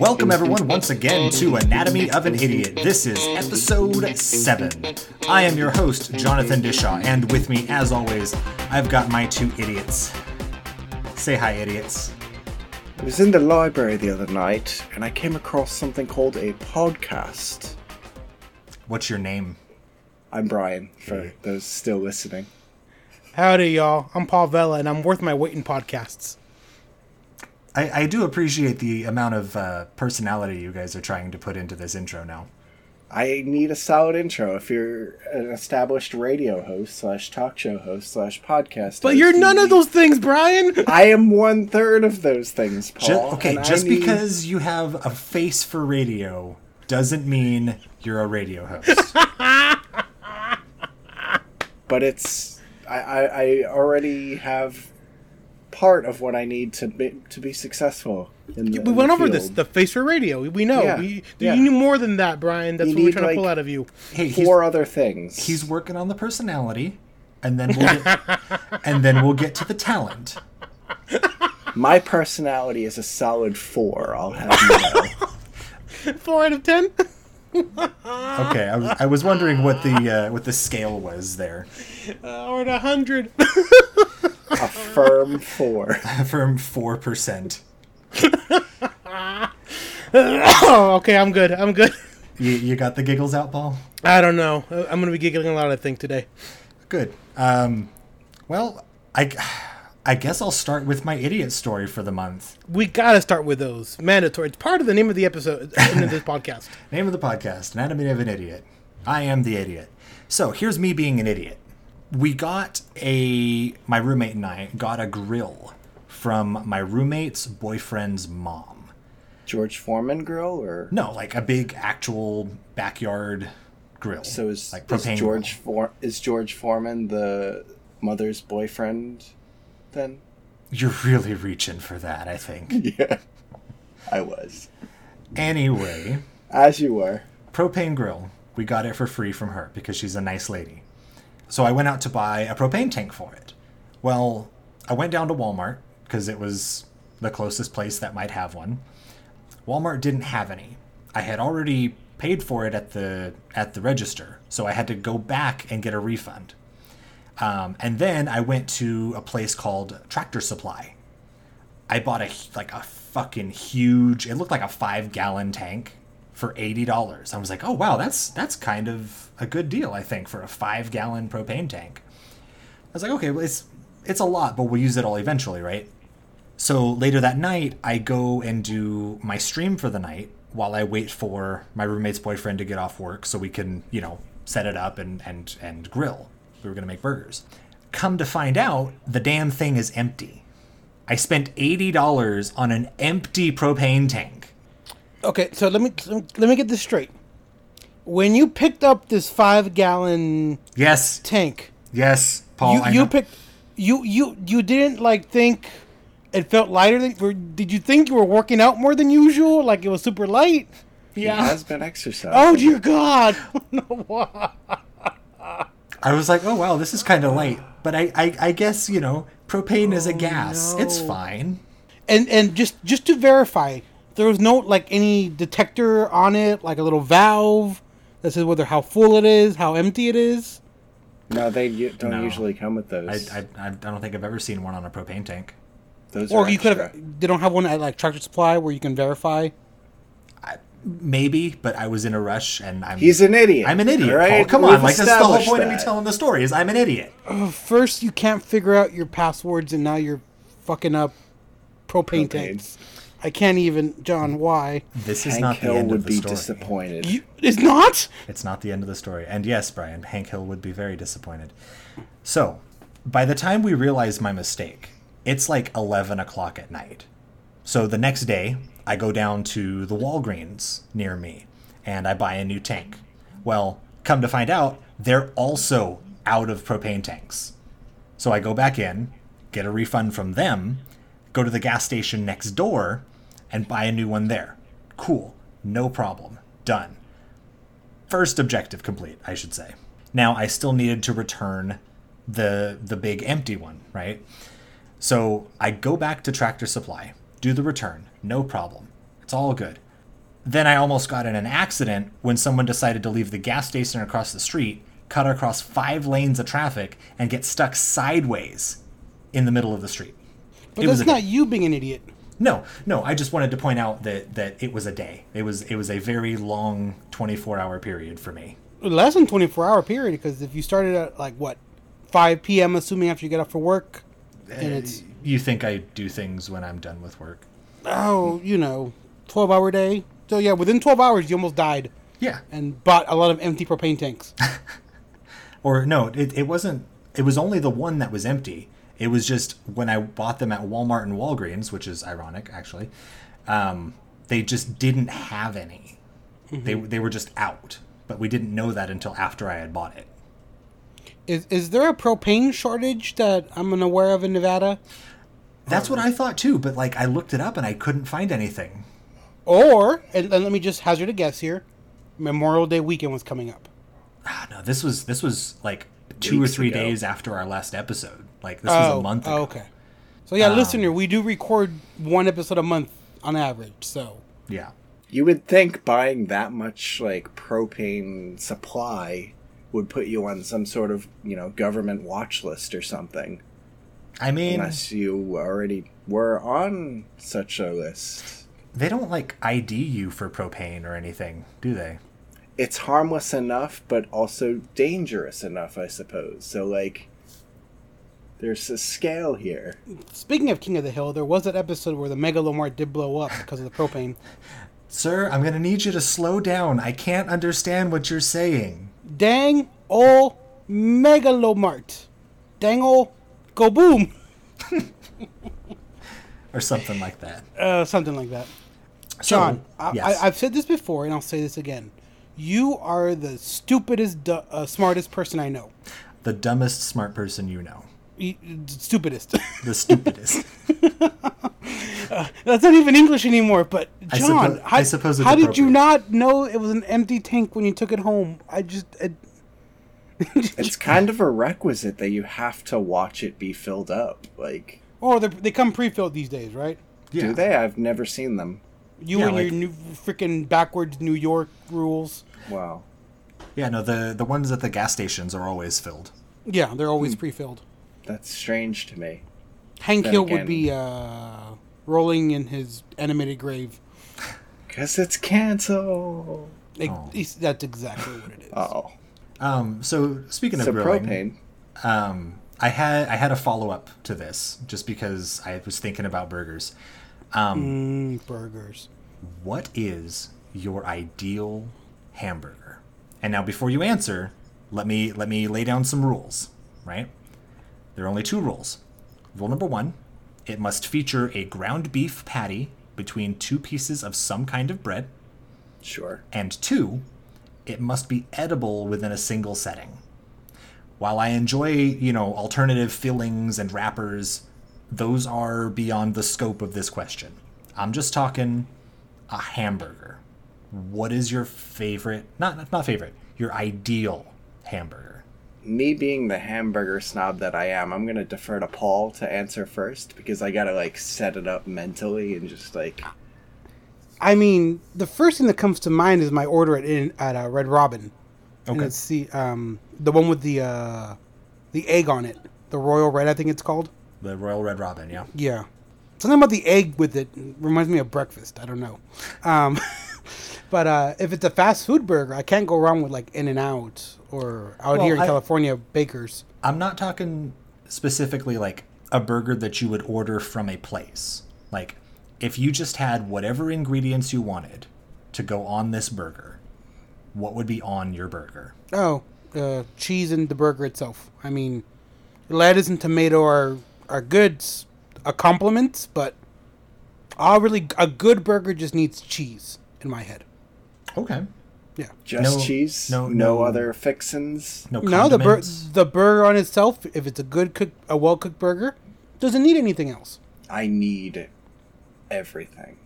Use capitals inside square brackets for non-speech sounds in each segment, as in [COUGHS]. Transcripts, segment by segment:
Welcome, everyone, once again to Anatomy of an Idiot. This is episode 7. I am your host, Jonathan Dishaw, and with me, as always, I've got my two idiots. Say hi, idiots. I was in the library the other night and I came across something called a podcast. What's your name? I'm Brian, for those still listening. Howdy, y'all. I'm Paul Vella, and I'm worth my weight in podcasts. I, I do appreciate the amount of uh, personality you guys are trying to put into this intro now. I need a solid intro if you're an established radio host slash talk show host slash podcast. But host, you're you none of need- those things, Brian. I am one third of those things, Paul. Ju- okay, and I just need- because you have a face for radio doesn't mean you're a radio host. But it's I, I, I already have part of what I need to be, to be successful. In the, We in went the over this. field. The face for radio. We know. Yeah, We, yeah. You need more than that, Brian. That's You what we're need, trying like- to pull out of you. [LAUGHS] hey, he's, Four other things. he's working on the personality, and then we'll get, and then we'll get to the talent. My personality is a solid four. I'll have [LAUGHS] you know. Four out of [LAUGHS] ten. Okay, I was, I was wondering what the uh, what the scale was there. [LAUGHS] Uh, or a hundred. [COUGHS] a firm four. From four percent, oh, okay. I'm good. I'm good. [LAUGHS] you, you got the giggles out, Paul. I don't know. I- I'm gonna be giggling a lot. I think today. Good. Um, well, I I guess I'll start with my idiot story for the month. We gotta start with those mandatory. It's part of the name of the episode. [COUGHS] End of this podcast. Name of the podcast, Anatomy of an Idiot. I am the idiot. So here's me being an idiot. We got a, my roommate and I got a grill from my roommate's boyfriend's mom. George Foreman grill, or No, like a big actual backyard grill. so is, like is propane. George For- is George Foreman the mother's boyfriend? Then You're really reaching for that, I think. [LAUGHS] yeah, I was anyway, as you were. propane grill. We got it for free from her because she's a nice lady. So I went out to buy a propane tank for it. Well, I went down to Walmart because it was the closest place that might have one. Walmart didn't have any. I had already paid for it at the at the register, so I had to go back and get a refund. Um, and then I went to a place called Tractor Supply. I bought a h- like a fucking huge. It looked like a five gallon tank for eighty dollars. I was like, oh wow, that's that's kind of a good deal. I think for a five gallon propane tank. I was like, okay, well, it's it's a lot, but we'll use it all eventually, right? So later that night, I go and do my stream for the night while I wait for my roommate's boyfriend to get off work so we can, you know, set it up and and and grill. We were gonna make burgers. Come to find out, the damn thing is empty. I spent eighty dollars on an empty propane tank. Okay, so let me let me get this straight. When you picked up this five gallon Yes, tank, yes, Paul. you I you know. picked you you you didn't like think it felt lighter than or did you think you were working out more than usual like it was super light He has been exercised. oh dear [LAUGHS] god I don't know why. I was like, oh wow, this is kind of light, but I, I, I guess you know, propane is a Oh, gas. It's fine. and and just just to verify there was no like any detector on it like a little valve that says whether how full it is how empty it is no, they u- don't No. usually come with I, those. I, I don't think I've ever seen one on a propane tank. those or are you could extra. have they don't have one at like tractor supply where you can verify Maybe, but I was in a rush, and I'm. He's an idiot. I'm an idiot. all Paul. right? Come We've on, like this is the whole established point of me that. telling the story is I'm an idiot. first you can't figure out your passwords and now you're fucking up propane, Propane. tanks i can't even john why This is Hank not the Hill end would of the be story. disappointed. you, it's not It's not the end of the story. And yes, Brian, Hank Hill would be very disappointed. So, by the time we realize my mistake, it's like 11 o'clock at night. So the next day, I go down to the Walgreens near me and I buy a new tank. Well, come to find out, they're also out of propane tanks. So I go back in, get a refund from them, go to the gas station next door, and buy a new one there. Cool. No problem. Done. First objective complete, I should say. Now I still needed to return the the big empty one, right? So I go back to Tractor Supply, do the return, no problem. It's all good. Then I almost got in an accident when someone decided to leave the gas station across the street, cut across five lanes of traffic, and get stuck sideways in the middle of the street. But It was that's a day. not you being an idiot. No, no. I just wanted to point out that that it was a day. It was it was a very long twenty four hour period for me. Less than 24 hour period because if you started at like what 5 p.m. assuming after you get off for work and it's You think I do things when I'm done with work? oh you know 12 hour day. So yeah, within 12 hours you almost died Yeah. and bought a lot of empty [LAUGHS] propane tanks. Or no, it, it wasn't. It was only the one that was empty. It was just when I bought them at Walmart and Walgreens, which is ironic actually. Um, they just didn't have any. They they were just out, but we didn't know that until after I had bought it. Is is there a propane shortage that I'm unaware of in Nevada? That's what I thought too, but like I looked it up and I couldn't find anything. Or and, and let me just hazard a guess here. Memorial Day weekend was coming up. Ah, no, this was this was like two Weeks or three ago. days after our last episode. Like this was a month ago. Um, oh, okay. So yeah, listener, we do record one episode a month on average. So Yeah. You would think buying that much like propane supply would put you on some sort of you know government watch list or something, I mean, unless you already were on such a list. they don't like ID you for propane or anything, do they? It's harmless enough, but also dangerous enough, I suppose. So like, there's a scale here. speaking of King of the Hill, there was that episode where the Megalomart did blow up because of the propane. Sir, I'm going to need you to slow down. I can't understand what you're saying. Dang ol' Megalomart. Dang ol' go boom. Or something like that. Uh, something like that. So, John, I, yes. I, I've said this before, and I'll say this again. You are the stupidest, du- uh, smartest person I know. the dumbest smart person you know. Y- Stupidest. [LAUGHS] The [LAUGHS] stupidest. That's not even English anymore. But I John, suppo- I suppose it's how did you appropriate. not know it was an empty tank when you took it home? I just, I, [LAUGHS] It's kind of a requisite that you have to watch it be filled up. Like, or Oh, they they come pre-filled these days, right? yeah. do they? I've never seen them. You Yeah, and like- your new freaking backwards New York rules. Wow. Yeah, no, the, the ones at the gas stations are always filled. Yeah, they're always Hmm. pre-filled. That's strange to me. Hank Then Hill again- would be uh, rolling in his animated grave. Because it's canceled. Like, Oh. he's- That's exactly [LAUGHS] what it is. Oh. Um, so, speaking So of grilling, propane. um, I had I had a follow up to this just because I was thinking about burgers. Mm, burgers. What is your ideal hamburger? And now before you answer, let me let me lay down some rules, right? There are only two rules. Rule number 1, it must feature a ground beef patty between two pieces of some kind of bread, Sure. and 2, it must be edible within a single setting. While I enjoy, you know, alternative fillings and wrappers, those are beyond the scope of this question. I'm just talking a hamburger. What is your favorite? Not not favorite. Your ideal hamburger. Me being the hamburger snob that I am, I'm going to defer to Paul to answer first because I got to, like, set it up mentally and just, like, I mean, the first thing that comes to mind is my order at in, at uh, Red Robin. And Okay. it's the um the one with the uh the egg on it, the Royal Red, I think it's called. The Royal Red Robin, yeah. Yeah, something about the egg with it reminds me of breakfast. I don't know, um, [LAUGHS] but uh, if it's a fast food burger, I can't go wrong with like In and Out or out Well, here in I- California Baker's. I'm not talking specifically like a burger that you would order from a place. Like if you just had whatever ingredients you wanted to go on this burger, what would be on your burger? Oh, uh, cheese and the burger itself. I mean, lettuce and tomato are are good, s- a compliment, but all really a good burger just needs cheese in my head. Okay. Yeah. just No- cheese. no- No, no. other fixins. No, No, the bur- condiments? the burger on itself, if it's a good cook, a well cooked burger, doesn't need anything else. I need everything.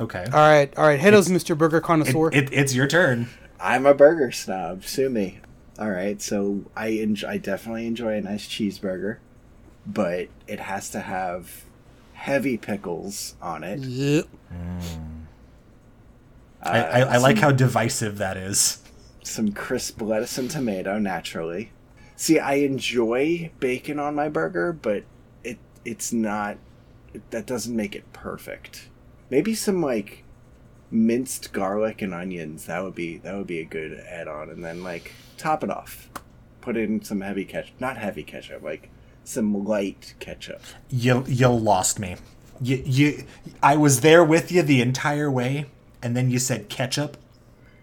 Okay. Uh, All right, all right. Hit us, Mr. Burger It- Connoisseur. it- it's your turn. I'm a burger snob. Sue me. all right, so I enjoy, I definitely enjoy a nice cheeseburger, but it has to have heavy pickles on it. Yep. I, I, I Uh, like some- how divisive that is. some crisp lettuce and tomato naturally. See, I enjoy bacon on my burger, but it it's not it, that doesn't make it perfect. Maybe some like minced garlic and onions. That would be that would be a good add-on and then like top it off. Put in some heavy ketchup, not heavy ketchup, like some light ketchup. You you lost me. You you I was there with you the entire way, and then you said ketchup,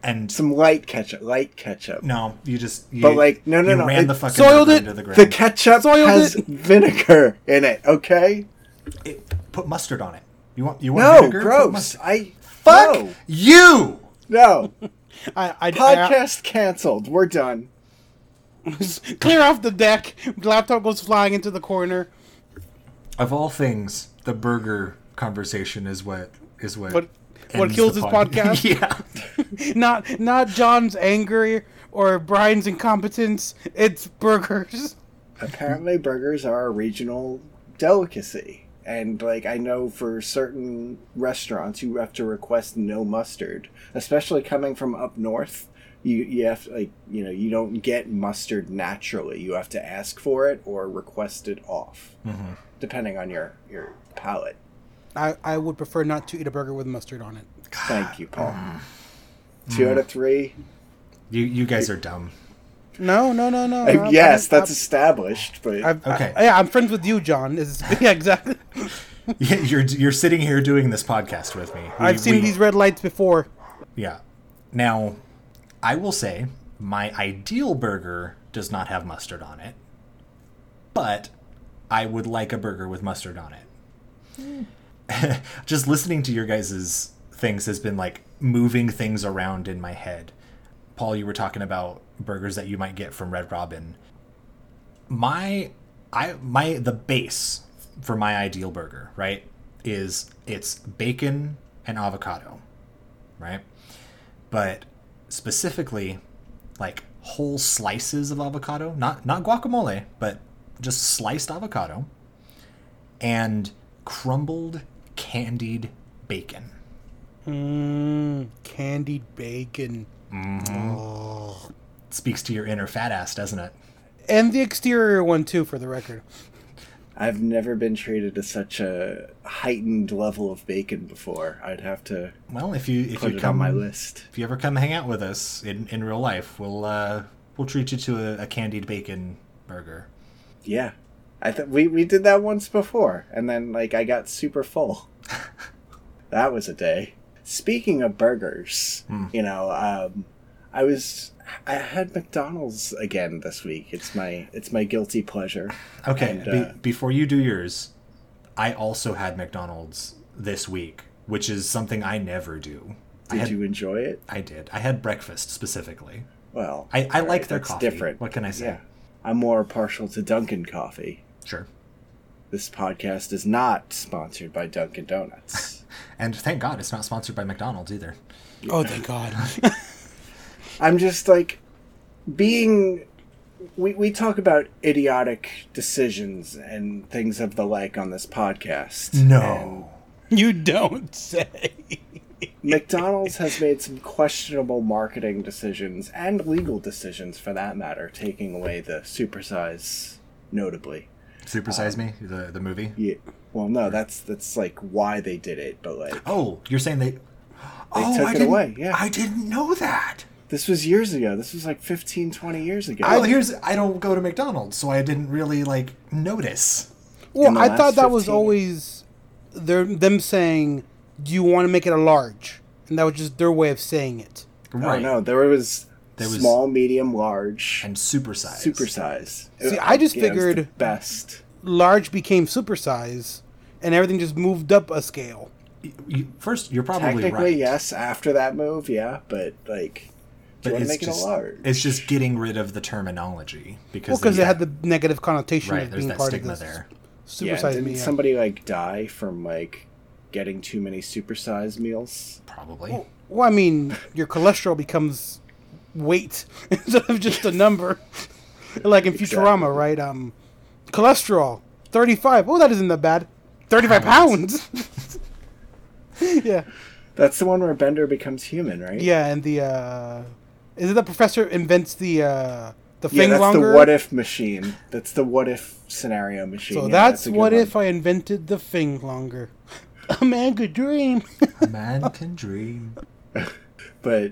and Some light ketchup, light ketchup. no, you just you, But, like, no, no, you no, ran it the fucking soiled burger it. into the ground. The ketchup Soiled has it. vinegar in it, okay? It- put mustard on it. You want you want No, vinegar? Put gross. mustard- I Fuck no. you. No. I, I, I, Podcast canceled. We're done. [LAUGHS] clear off the deck. Laptop goes flying into the corner. Of all things, the burger conversation is what is what. What- what ends kills the this pod- [LAUGHS] podcast? yeah. Not not John's anger or Brian's incompetence. It's burgers. Apparently, burgers are a regional delicacy. And, like, I know for certain restaurants, you have to request no mustard. Especially coming from up north, you, you have, like, you know, you don't get mustard naturally. You have to ask for it or request it off, depending on your, your palate. I, I would prefer not to eat a burger with mustard on it. Thank you, Paul. Two out of three. You you guys are dumb. [LAUGHS] No, no, no, no. Uh, no, yes, I- I- that's established, but I've, Okay. okay. yeah, I'm friends with you, John. Is [LAUGHS] yeah, exactly. you're you're sitting here doing this podcast with me. We- I've seen we- these red lights before. Yeah. Now, I will say my ideal burger does not have mustard on it, but I would like a burger with mustard on it. [LAUGHS] Just listening to your guys' things has been like moving things around in my head. Paul, you were talking about burgers that you might get from Red Robin. My I my the base for my ideal burger, right, is it's bacon and avocado right? But specifically, like whole slices of avocado, not not guacamole, but just sliced avocado and crumbled candied bacon. Mm, candied bacon. Speaks to your inner fat ass, doesn't it? And the exterior one, too, for the record. I've never been treated to such a heightened level of bacon before. I'd have to Well, if you if put you it come on my list. if you ever come hang out with us in, in real life, we'll uh, we'll treat you to a, a candied bacon burger. Yeah, I thought we we did that once before, and then like I got [LAUGHS] super full. that was a day. Speaking of burgers, Hmm. you know, um, I was I had McDonald's again this week. It's my it's my guilty pleasure. Okay, And, be- uh, before you do yours, I also had McDonald's this week, which is something I never do. I Did had, you enjoy it? I did. I had breakfast specifically. Well, I, I all like right, their that's coffee. What can I say? Yeah, I'm more partial to Dunkin' coffee. Sure. This podcast is not sponsored by Dunkin' Donuts. [LAUGHS] And thank God it's not sponsored by McDonald's either. Oh, thank God. [LAUGHS] I'm just like being. We, we talk about idiotic decisions and things of the like on this podcast. No. you don't say. And McDonald's has made some questionable marketing decisions and legal decisions for that matter, taking away the supersize notably. Supersize Um, Me, the, the movie. Yeah, well, no, that's that's like why they did it, but like Oh, you're saying they. oh, took I it didn't, away, yeah. I didn't know that. this was years ago. This was like 15, 20 years ago. Well, here's I don't go to McDonald's, so I didn't really like notice. Well, the I last thought that was 15. always their, them saying, Do you want to make it a large? And that was just their way of saying it. Oh no, there was There was- small, medium, large, And supersize. supersize. See, I just it was the figured- best. Large became supersize, and everything just moved up a scale. You- First, you're probably Technically, right. yes. After that move, yeah, but like, do you want to make just, it a large? It's just getting rid of the terminology because Well, because there's it had that- the negative connotation right. of There's being that part stigma of this there. yeah, supersize didn't me. yeah. somebody like die from like getting too many supersized meals? Probably. Well, I mean, your cholesterol becomes weight [LAUGHS] instead of just a number. like in Futurama, right? Um, cholesterol thirty five. Oh, that isn't that bad. Thirty five pounds. [LAUGHS] yeah, That's the one where Bender becomes human, right? yeah, and the uh, is it the professor invents the uh Yeah, the thing that's longer? the what if machine. That's the what if scenario machine. So Yeah, that's, a good what one. if I invented the thing longer. [LAUGHS] A man could dream. [LAUGHS] A man can dream. But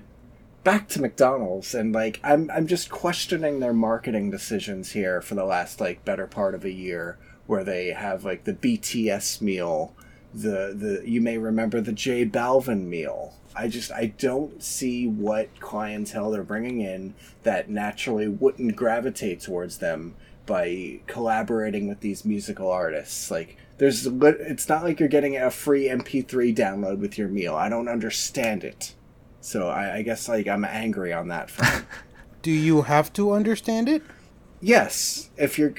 back to McDonald's and like I'm I'm just questioning their marketing decisions here for the last like better part of a year where they have like the BTS meal, the the you may remember the J Balvin meal. I just I don't see what clientele they're bringing in that naturally wouldn't gravitate towards them by collaborating with these musical artists. Like there's lit- it's not like you're getting a free MP3 download with your meal. I don't understand it. So I, I guess like I'm angry on that [LAUGHS] front. Do you have to understand it? yes, if you're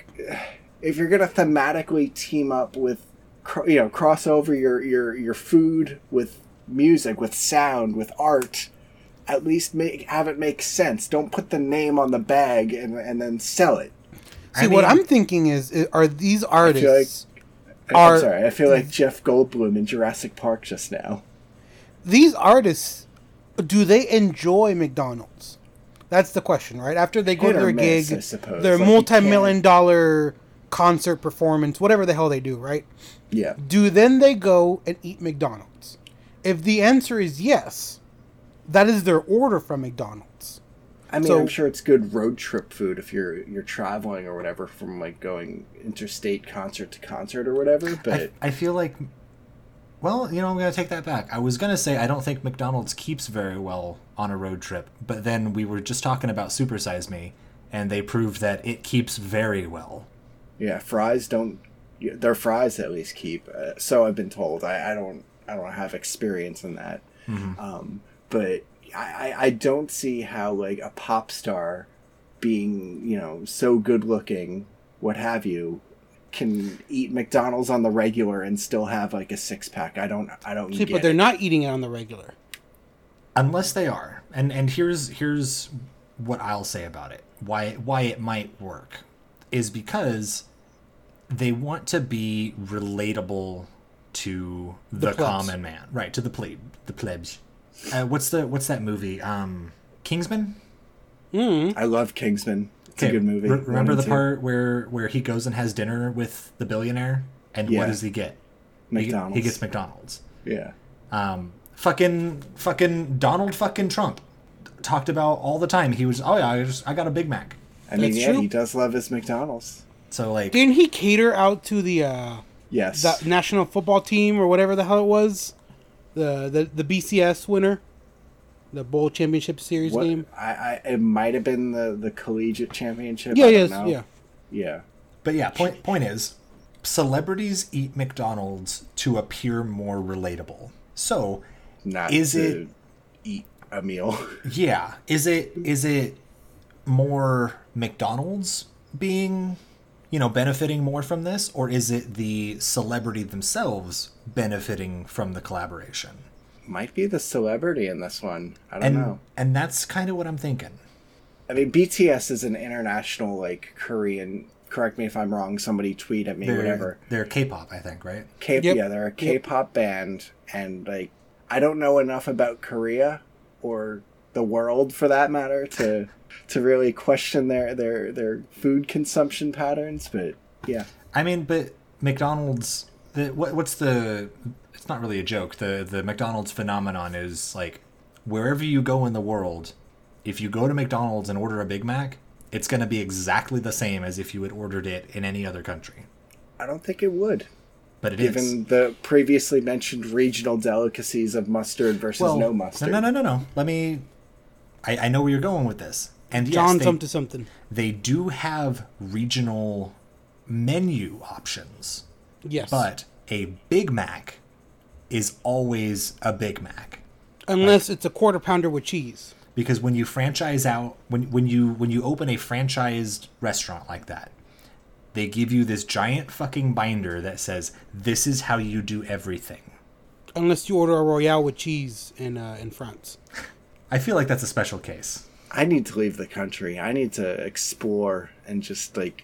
if you're gonna thematically team up with cro- you know cross over your your your food with music with sound with art, at least make have it make sense. Don't put the name on the bag and and then sell it. I See, what mean- I'm thinking is, i are these artists? I- Are- I'm sorry, I feel like Jeff Goldblum in Jurassic Park just now. These artists, do they enjoy McDonald's? That's the question, right? After they go Hit to or their miss, I gig, suppose. their Like, you can't- multi-million dollar concert performance, whatever the hell they do, right? Yeah, Do then they go and eat McDonald's? If the answer is yes, that is their order from McDonald's. I mean, So- I'm sure it's good road trip food if you're you're traveling or whatever from like going interstate concert to concert or whatever. I, But I feel like, well, you know, I'm going to take that back. I was going to say I don't think McDonald's keeps very well on a road trip, but then we were just talking about Super Size Me, and they proved that it keeps very well. yeah, fries don't. yeah, Their fries at least keep. Uh, so I've been told. I, I don't. I don't have experience in that. Mm-hmm. Um, but I, I, I don't see how like a pop star being you know so good looking, what have you, can eat McDonald's on the regular and still have like a six pack. I don't. I don't. See, get but they're it. not eating it on the regular. unless they are and and here's here's what i'll say about it why why it might work is because they want to be relatable to the, plebs. common man right to the plebe the plebs uh, what's the what's that movie um kingsman I love Kingsman. It's a good movie. re- One remember and the two. part where where he goes and has dinner with the billionaire and Yeah. what does he get He- McDonald's. he gets mcdonald's Yeah. um, fucking fucking Donald fucking Trump talked about all the time. He was oh yeah, I just I got a Big Mac. I mean, That's yeah, true. he does love his McDonald's. So like Didn't he cater out to the uh, Yes. the national football team or whatever the hell it was, the the, the BCS winner, the bowl championship series what, game? I, I, it might have been the, the collegiate championship. Yeah, I yes, don't know. yeah. Yeah. but yeah, point point is celebrities eat McDonald's to appear more relatable. So Not Is to it- eat a meal. [LAUGHS] yeah, is it is it more McDonald's being you know benefiting more from this or is it the celebrity themselves benefiting from the collaboration? might be the celebrity in this one. I don't And know. and that's kind of what I'm thinking. I mean, BTS is an international, like, Korean. Correct me if I'm wrong. Somebody tweet at me, They're, whatever. they're K-pop, I think, right? K- Yep. Yeah, they're a K-pop band, and like I don't know enough about Korea or the world for that matter to to really question their their their food consumption patterns. But yeah, I mean, but McDonald's. The, what, what's the? It's not really a joke. The the McDonald's phenomenon is like wherever you go in the world, if you go to McDonald's and order a Big Mac, it's going to be exactly the same as if you had ordered it in any other country. I don't think it would, But it is given the previously mentioned regional delicacies of mustard versus well, no mustard. No, no, no, no. Let me. I, I know where you're going with this. And yes, John's they- up to something. they do have regional menu options. Yes, But a Big Mac is always a Big Mac unless it's a quarter pounder with cheese. because when you franchise out when when you when you open a franchised restaurant like that, they give you this giant fucking binder that says this is how you do everything. Unless you order a royale with cheese in uh, in France. I feel like that's a special case. I need to leave the country. I need to explore and just like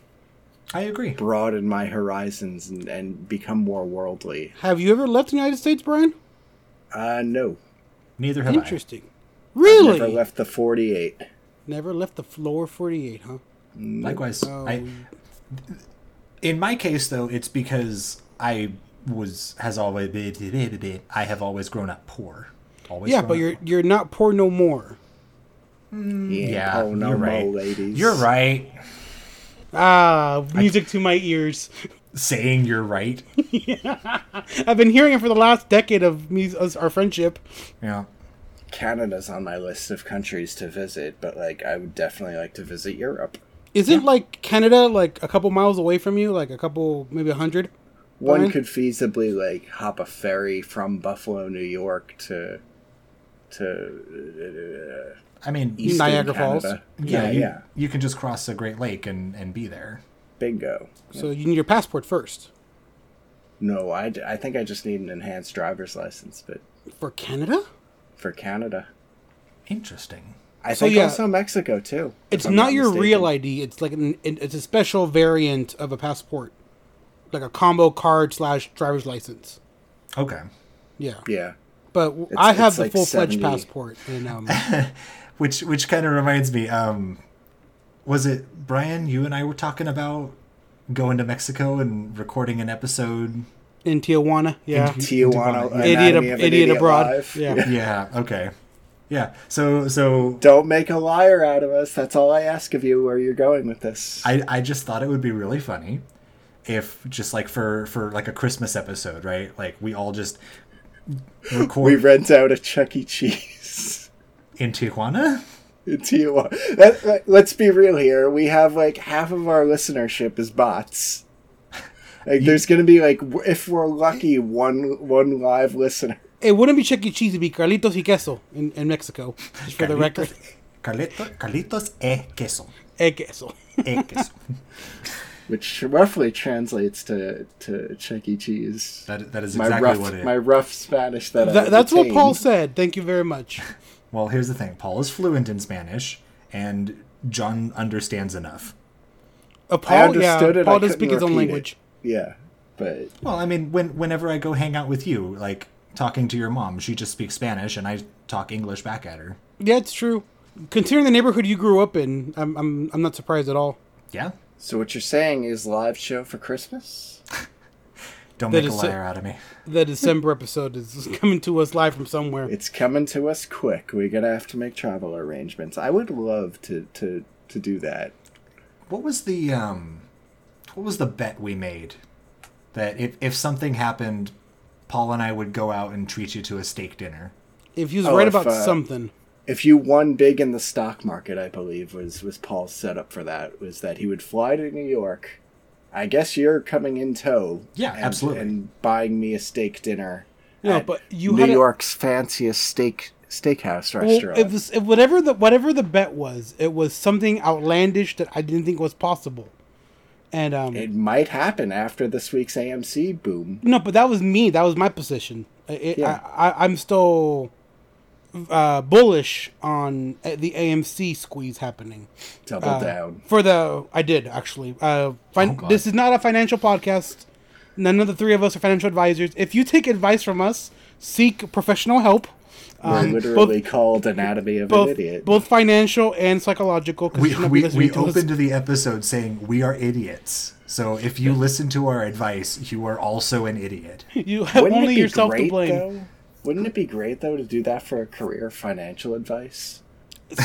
I agree. broaden my horizons and, and become more worldly. Have you ever left the United States, Brian? Uh, no, Neither have I. Interesting. Really? never left the forty-eight. Never left the lower 48, huh? Likewise, I, in my case though, it's because I was has always been I have always grown up poor. Always. Yeah, grown but up you're you're not poor no more. Mm, Yeah, oh no, you're mo, right. ladies. You're right. Ah, music to my ears. [LAUGHS] Saying you're right. I've been hearing it for the last decade of me, us, our friendship. Yeah. Canada's on my list of countries to visit, but like I would definitely like to visit Europe. Isn't like Canada like a couple miles away from you, like a couple maybe a hundred? One Brian? could feasibly like hop a ferry from Buffalo, New York to to uh, I mean, Eastern Niagara Canada. Falls. yeah, Yeah, you, yeah. you can just cross the Great Lake and and be there. Bingo. So you need your passport first No, I, d- I think I just need an enhanced driver's license, but for Canada. for Canada, Interesting. I So, think yeah. also Mexico too. if It's I'm not your mistaken. real ID. It's like an, it- it's a special variant of a passport, like a combo card slash driver's license. Okay. Yeah, [LAUGHS] Yeah, but w I I it's have the like full fledged 70. passport, and um, Which which kind of reminds me. Um, was it Brian? You and I were talking about going to Mexico and recording an [LAUGHS] episode. in Tijuana, yeah, Tijuana, Tijuana, Anatomy idiot, ab- of an idiot, abroad, Live. [LAUGHS] yeah. Yeah. Okay. Yeah. So so Don't make a liar out of us. That's all I ask of you. Where you're going with this? I, I just thought it would be really funny if just like for for like a christmas episode right like we all just we record rent out a Chuck E. Cheese. [LAUGHS] in tijuana in Tijuana. Let, let, let's be real here. We have like half of our listenership is bots. Like, there's gonna be like, w- if we're lucky, one one live listener. It wouldn't be Chuck E. Cheese. It'd be Carlitos y Queso in, in Mexico. Just for the record, Carlito, carlitos e queso Eh, queso. e [LAUGHS] queso which roughly translates to to Chuck E. Cheese. that, that is my exactly rough, what it my rough Spanish that, I That, that's what retained. Paul said. Thank you very much. well here's the thing paul is fluent in spanish and john understands enough Uh, Paul, yeah, understood it, I Paul does couldn't speak his own repeat it. language. Yeah, but well i mean when whenever i go hang out with you like talking to your mom she just speaks spanish and i talk english back at her Yeah, it's true. Considering the neighborhood you grew up in, I'm I'm, I'm not surprised at all. yeah so what you're saying is live show for Christmas? don't That make a is so- liar out of me The December episode is coming to us live from somewhere. It's coming to us quick. We're gonna have to make travel arrangements. I would love to to to do that. What was the um what was the bet we made? That if if something happened, Paul and I would go out and treat you to a steak dinner. if he was Oh, right if, about uh, something, If you won big in the stock market, I believe was was Paul's setup for that. Was that he would fly to New York? I guess you're coming in tow. Yeah, and- absolutely. And buying me a steak dinner. no, at but you New had a- York's fanciest steak steakhouse well, restaurant. it was it, whatever the whatever the bet was. It was something outlandish that I didn't think was possible. And um, it might happen after this week's AMC boom. No, but that was me. That was my position. I- It, Yeah. I, I, I'm still uh, bullish on uh, the AMC squeeze happening. Double Uh, down. For the, I did actually. Uh, fin- Oh, God. this is not a financial podcast. None of the three of us are financial advisors. If you take advice from us, seek professional help. We're Um, literally both, called Anatomy of an both, Idiot. both financial and psychological. 'cause We you shouldn't be we, listening we to us. opened the episode saying we are idiots. So if you listen to our advice, you are also an idiot. [LAUGHS] You have Wouldn't only it be yourself great, to blame. [LAUGHS] Though? Wouldn't it be great though to do that for a career financial advice?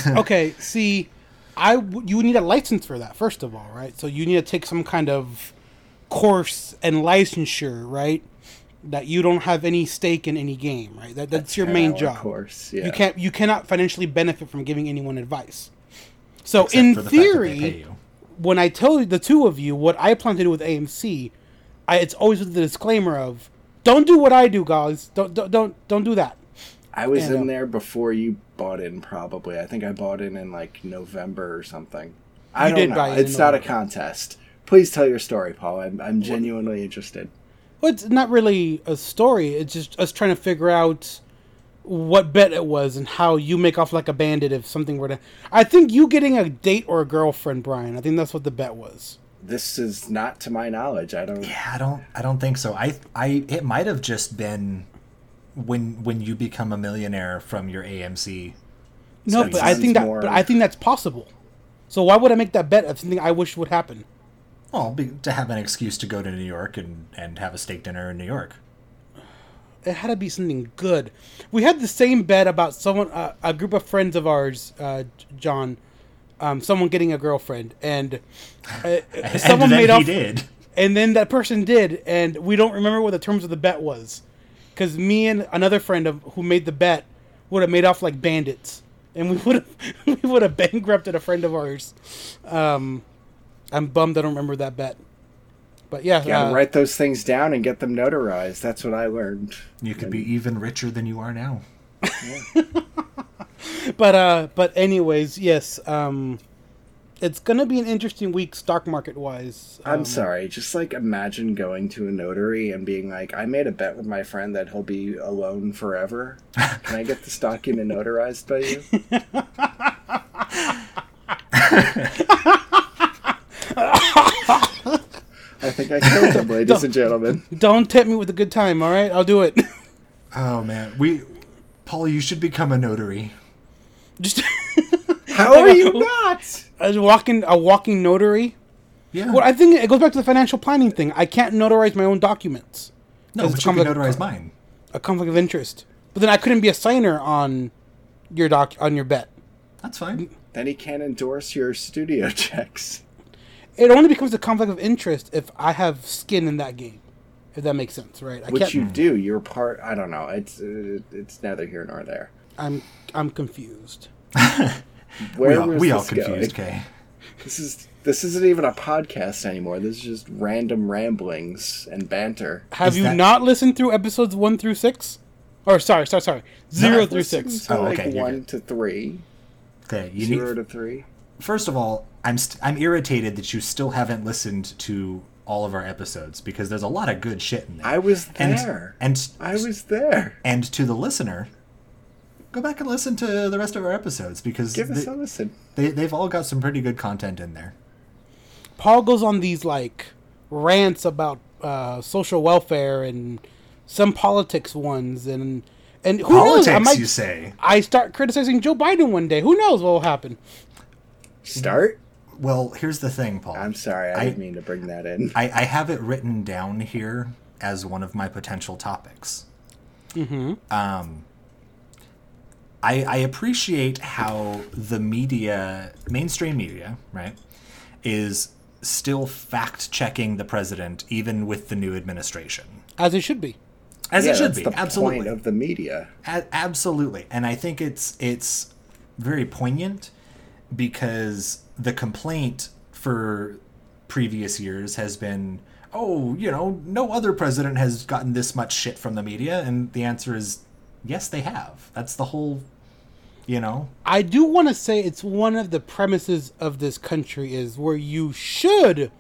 okay, see, I w- you need a license for that first of all, right? So you need to take some kind of course and licensure, right? That you don't have any stake in any game, right? That, that's, your main Hour job. course. Yeah. You can't you cannot financially benefit from giving anyone advice. So Except in for the fact that they theory, pay you. when I tell the two of you what I plan to do with AMC, I, it's always with the disclaimer of don't do what I do, guys. Don't don't don't, don't do that. I was and, in um, there before you bought in. Probably, I think I bought in in like November or something. I You don't did know. buy in in it's not a November. contest. Please tell your story, Paul. I'm, I'm genuinely interested. Well, it's not really a story. It's just us trying to figure out what bet it was and how you make off like a bandit if something were to. I think you getting a date or a girlfriend, Brian. I think that's what the bet was. This is not to my knowledge. I don't. Yeah, I don't I don't think so. I I it might have just been when when you become a millionaire from your AMC. No, So but I it's think that. more- But I think that's possible. So why would I make that bet of something I wish would happen? Well, be, to have an excuse to go to New York and and have a steak dinner in New York. it had to be something good. We had the same bet about someone, uh, a group of friends of ours, uh, J- John, um, someone getting a girlfriend, and uh, [LAUGHS] and then someone made he off, did. and then that person did, and we don't remember what the terms of the bet was, because me and another friend of who made the bet would have made off like bandits, and we [LAUGHS] would have we would have bankrupted a friend of ours. Um, I'm bummed I don't remember that bet, but yeah, Gotta uh, write those things down and get them notarized. That's what I learned. You could be even richer than you are now. but uh but anyways yes um it's gonna be an interesting week stock market wise I'm Um, sorry. Just like imagine going to a notary and being like, I made a bet with my friend that he'll be alone forever. Can I get this document notarized by you? I think I killed him, ladies and gentlemen. don't tempt me with a good time all right i'll do it [LAUGHS] Oh man, we, Paul, you should become a notary. just How are Oh, you [LAUGHS] not? as walking a walking notary Yeah. well i think it goes back to the financial planning thing i can't notarize my own documents no, 'cause but it's you can kind of like- notarize mine. a conflict of interest but then i couldn't be a signer on your doc on your bet That's fine. Then he can't endorse your studio [LAUGHS] checks. it only becomes a conflict of interest if i have skin in that game if that makes sense right i Which you do. You're part. I don't know. It's uh, it's neither here nor there. i'm i'm confused Where We all, was we all this going? confused. Okay. This is this isn't even a podcast anymore. This is just random ramblings and banter. Have Is you that- not listened through episodes one through six? Or sorry, sorry, sorry, zero I've through six. So Oh, like okay, you're one good. to three, Okay. You zero need, to three. first of all, I'm st- I'm irritated that you still haven't listened to all of our episodes because there's a lot of good shit in there. I was and, there. And I was there. and to the listener, go back and listen to the rest of our episodes because Give us they, a listen. they they've all got some pretty good content in there. Paul goes on these like rants about uh, social welfare and some politics ones and and who knows? I Politics, might you say? I start criticizing Joe Biden one day. Who knows what will happen? Start. Well, here's the thing, Paul. I'm sorry. I, I- didn't mean to bring that in. I, I have it written down here as one of my potential topics. Mm-hmm. Um, I, I appreciate how the media, mainstream media, right, is still fact checking the president, even with the new administration. As it should be. As yeah, it should that's be. the Absolutely. point of the media. A- absolutely, and I think it's it's very poignant because the complaint for previous years has been, oh, you know, no other president has gotten this much shit from the media, and the answer is yes, they have. That's the whole, you know, I do want to say it's one of the premises of this country is where you should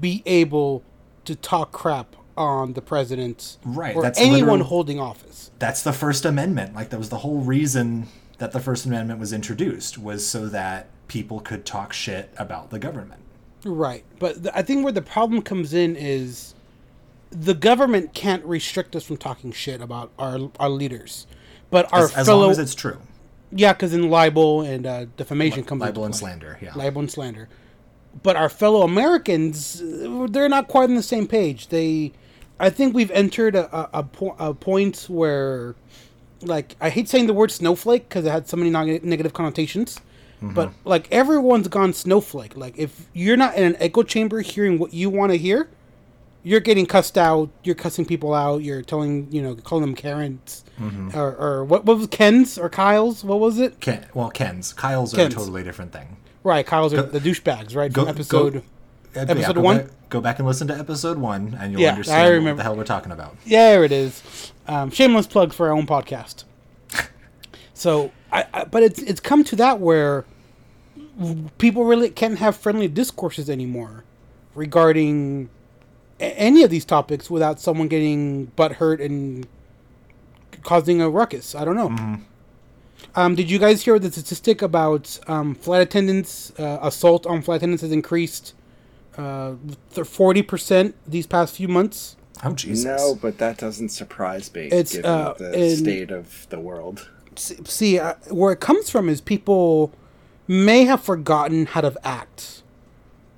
be able to talk crap on the president Right, or that's anyone literal- holding office. that's the First Amendment. Like that was the whole reason that the First Amendment was introduced was so that people could talk shit about the government. Right. But th- I think where the problem comes in is the government can't restrict us from talking shit about our our leaders. But our As, as fellow long as it's true, yeah, because in libel and uh, defamation comes into libel and play. slander. Yeah. libel and slander. But our fellow Americans, uh, they're not quite on the same page. They, I think we've entered a, a, a, po- a point where, like, I hate saying the word snowflake because it had so many neg- negative connotations. But like everyone's gone snowflake. Like if you're not in an echo chamber hearing what you want to hear, you're getting cussed out. You're cussing people out. You're telling you know calling them Karens or, or what, what was Ken's or Kyle's? What was it? Ken, well, Ken's. Kyle's are Ken's. a totally different thing. Right, Kyle's are the douchebags. Right from episode. uh, episode go one? Back, go back and listen to episode one, and you'll Yeah, I understand what remember. the hell we're talking about. There it is. Um, shameless plug for our own podcast. So, I, I, but it's it's come to that where people really can't have friendly discourses anymore regarding a- any of these topics without someone getting butthurt and causing a ruckus. I don't know. Um, did you guys hear the statistic about um, flight attendants uh, assault on flight attendants has increased uh, forty percent these past few months? Oh Jesus! No, but that doesn't surprise me It's, given uh, the in- state of the world. S- See, uh, where it comes from is people may have forgotten how to act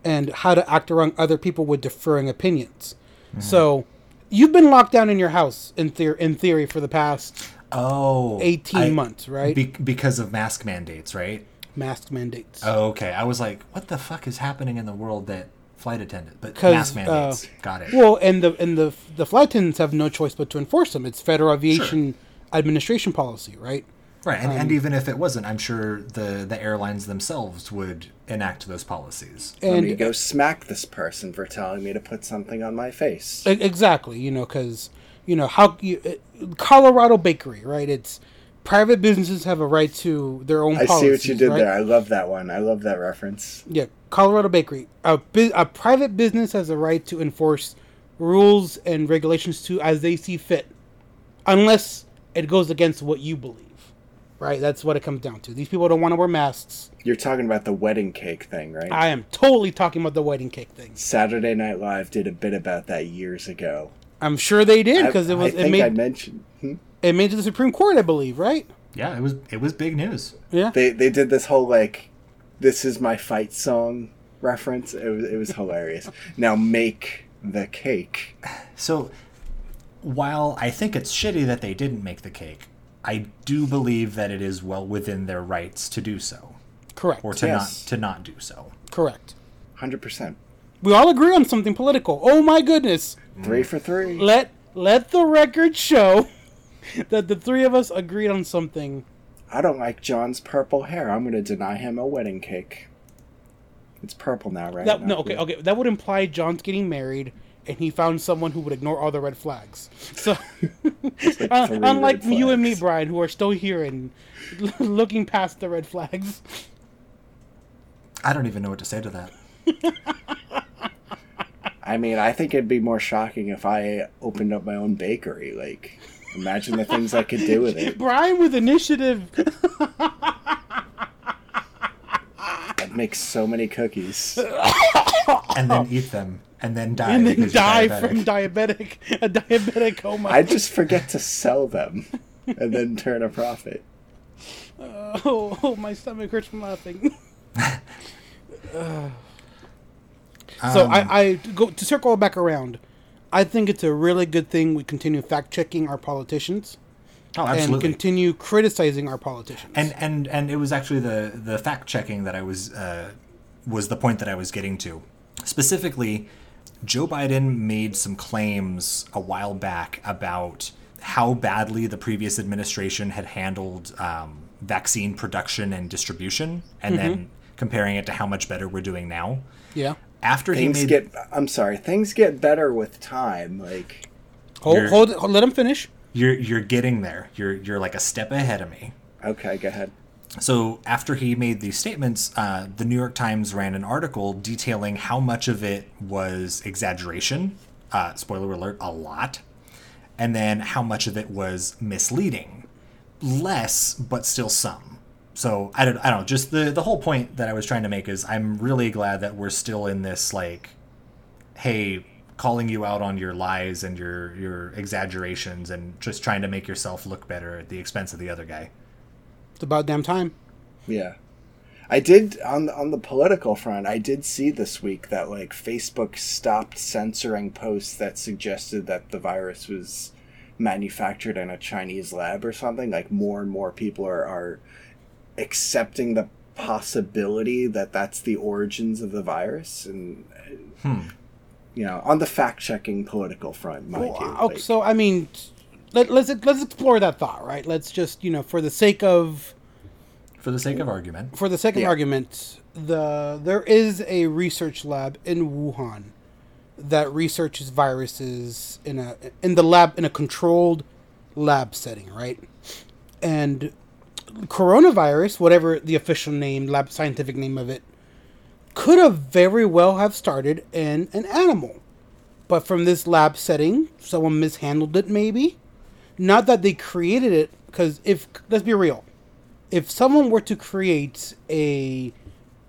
and how to act around other people with differing opinions. Mm-hmm. So, you've been locked down in your house in theory, in theory for the past Oh, 18 I- months, right? Be- because of mask mandates, right? mask mandates. Oh, okay. I was like, what the fuck is happening in the world that flight attendant? But 'Cause, mask uh, mandates. Got it. Well, and the and the the flight attendants have no choice but to enforce them. It's Federal Aviation Administration policy, right? Right, and, um, and even if it wasn't, I'm sure the, the airlines themselves would enact those policies. Let And me go smack this person for telling me to put something on my face. E- Exactly, you know, because you know how you, uh, Colorado Bakery, right? It's private businesses have a right to their own. I see what you policies, did right? there. I love that one. I love that reference. Yeah, Colorado Bakery. A bu- a private business has a right to enforce rules and regulations to as they see fit, unless it goes against what you believe. Right, that's what it comes down to. These people don't want to wear masks. You're talking about the wedding cake thing, right? I am totally talking about the wedding cake thing. Saturday Night Live did a bit about that years ago. I'm sure they did because I- it was I it think made I mentioned. hmm? it made it to the Supreme Court, I believe, right? Yeah, it was it was big news. Yeah. They they did this whole like, this is my fight song reference. It was it was [LAUGHS] hilarious. Now make the cake. So while I think it's shitty that they didn't make the cake, I do believe that it is well within their rights to do so. Correct. Or to Yes. not to not do so. Correct. Hundred percent. We all agree on something political. Oh my goodness. Three for three. Let let the record show [LAUGHS] that the three of us agreed on something. I don't like John's purple hair. I'm going to deny him a wedding cake. It's purple now, right? That Not no, okay, blue. okay. That would imply John's getting married and he found someone who would ignore all the red flags. So like [LAUGHS] un- three unlike red you and me, flags. Brian, who are still here and [LAUGHS] looking past the red flags. I don't even know what to say to that. I mean, I think it'd be more shocking if I opened up my own bakery. Like, imagine the things I could do with it. Brian [LAUGHS] with initiative. I'd make so many cookies. And then eat them and then die. Oh. and then because you're die diabetic. from diabetic a diabetic coma. I'd just forget to sell them and then turn a profit. [LAUGHS] oh, oh, my stomach hurts from laughing. [LAUGHS] [SIGHS] so Um, I, I to go to circle back around. I think it's a really good thing we continue fact checking our politicians Oh absolutely. and continue criticizing our politicians. and and and it was actually the the fact checking that I was uh, was the point that I was getting to. Specifically, Joe Biden made some claims a while back about how badly the previous administration had handled um, vaccine production and distribution, and then comparing it to how much better we're doing now. yeah, After Things he made get, I'm sorry, things get better with time. Like, hold, You're- hold, hold let him finish. you're you're getting there. You're you're like a step ahead of me. okay, go ahead. So after he made these statements, uh, the New York Times ran an article detailing how much of it was exaggeration. Uh, spoiler alert: a lot, and then how much of it was misleading. Less, but still some. So I don't, I don't. know, Just the the whole point that I was trying to make is I'm really glad that we're still in this like, hey, calling you out on your lies and your your exaggerations and just trying to make yourself look better at the expense of the other guy. It's about damn time. Yeah. I did on on the political front. I did see this week that like Facebook stopped censoring posts that suggested that the virus was manufactured in a Chinese lab or something. Like more and more people are are accepting the possibility that that's the origins of the virus and Hmm. you know on the fact-checking political front mind Well, you uh, like- so I mean, let, let's let's explore that thought, right? Let's just you know, for the sake of For the sake of argument. for the second Yeah. argument, the there is a research lab in Wuhan that researches viruses in a in the lab in a controlled lab setting, right? And coronavirus, whatever the official name, lab scientific name of it, could have very well have started in an animal. But from this lab setting, someone mishandled it maybe not that they created it because if let's be real if someone were to create a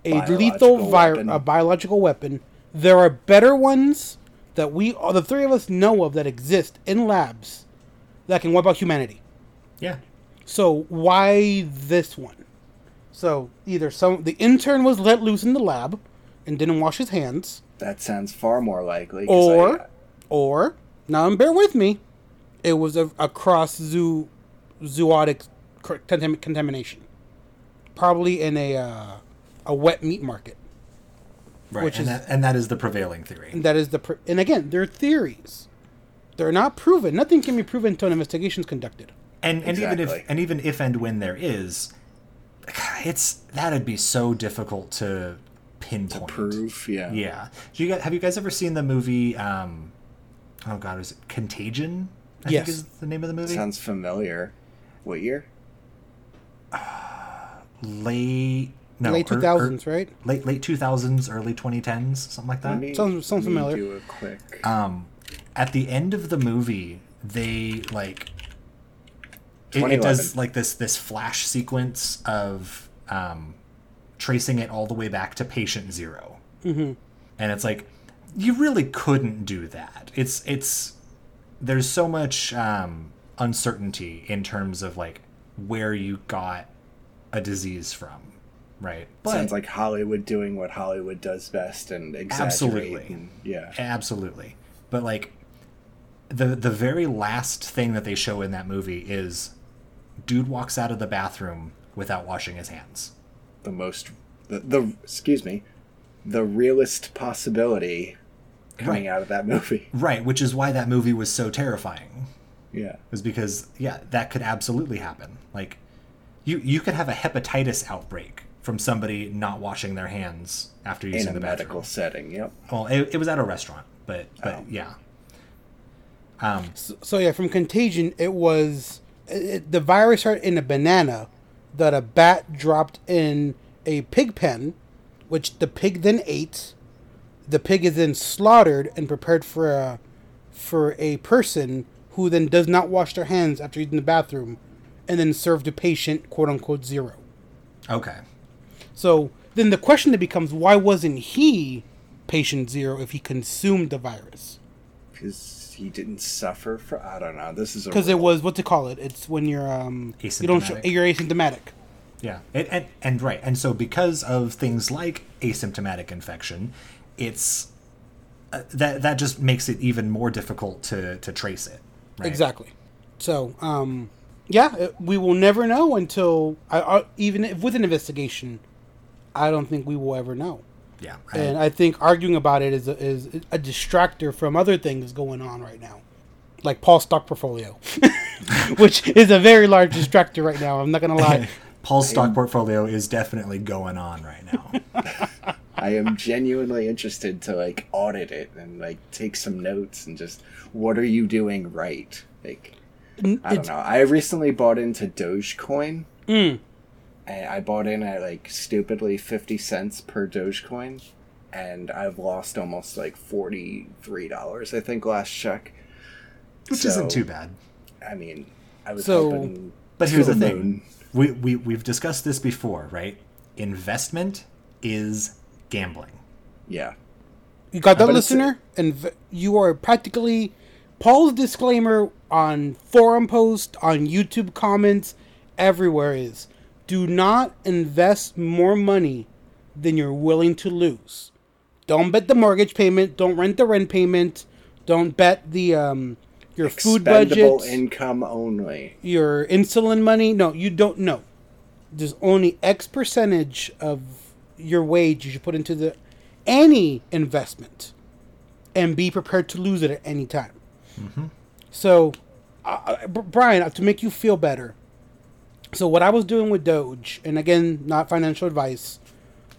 a Biological lethal vi- weapon. a biological weapon there are better ones that we all the three of us know of that exist in labs that can wipe out humanity Yeah. so why this one so either some the intern was let loose in the lab and didn't wash his hands That sounds far more likely. 'cause I- or or now bear with me it was a, a cross zoo zootic cr- contam- contamination probably in a uh, a wet meat market Right. Which and is- that, and that is the prevailing theory. and that is the pr- and again they're theories they're not proven nothing can be proven until an investigation is conducted And and even Exactly. if and even if and when there is, it's that'd be so difficult to pinpoint. proof. Yeah. Yeah. Do you guys, have you guys ever seen the movie? Um, oh God, was it Contagion? I Yes. think is the name of the movie. Sounds familiar. What year? late no late er- er- 2000s right late late two thousands, early twenty tens, something like that. Let me- Sounds- sounds let me familiar. Do a quick. Um, at the end of the movie, they like it, it 2011. does like this this flash sequence of um, tracing it all the way back to patient 0 mm-hmm. and it's like you really couldn't do that. It's it's there's so much um, uncertainty in terms of like where you got a disease from, right? sounds like Hollywood doing what Hollywood does best and exaggerate. Absolutely. and- yeah. Absolutely. But like the the very last thing that they show in that movie is dude walks out of the bathroom without washing his hands. The most. The, the excuse me. The realest possibility coming Right. out of that [LAUGHS] movie. Right, which is why that movie was so terrifying. Yeah. Was because yeah, that could absolutely happen. Like you you could have a hepatitis outbreak from somebody not washing their hands after In using a the bathroom. medical Oh. setting. Yep. Well, it, it was at a restaurant, but but yeah. Um, So, so yeah, from contagion, it was it, the virus started in a banana that a bat dropped in a pig pen, which the pig then ate. The pig is then slaughtered and prepared for a for a person who then does not wash their hands after using the bathroom, and then served to patient quote unquote zero. okay. So then the question that becomes, why wasn't he patient zero if he consumed the virus? Because he didn't suffer for. I don't know. This is a. because it real- was what to call it. It's when you're um you don't show, Asymptomatic. you're asymptomatic. Yeah, and, and and right, and so because of things like asymptomatic infection, it's uh, that that just makes it even more difficult to to trace it. Right? Exactly. So um yeah, it, we will never know until I, I even if with an investigation, I don't think we will ever know. Yeah. And I, I think arguing about it is a, is a distractor from other things going on right now, like Paul's stock portfolio, [LAUGHS] which is a very large distractor right now. I'm not gonna [LAUGHS] lie. Paul's stock portfolio is definitely going on right [LAUGHS] now. I am genuinely interested to like audit it and like take some notes and just what are you doing right? Like I don't It's- know. I recently bought into Dogecoin. Mm. And I bought in at like stupidly 50 cents per Dogecoin and I've lost almost like $43 I think last check. which isn't too bad. I mean, I was So- hoping But to here's the thing: moon. we, we we've discussed this before, right? Investment is gambling. Yeah. You got that, But it's- listener? And v- you are practically Paul's disclaimer on forum posts, on YouTube comments, everywhere is do not invest more money than you're willing to lose. Don't bet the mortgage payment. Don't rent the rent payment. Don't bet the um your Spendable food budget, income only. your insulin money. No, you don't know. There's only X percentage of your wage you should put into the any investment and be prepared to lose it at any time. So, uh, Brian, uh, to make you feel better, so what I was doing with Doge, and again, not financial advice,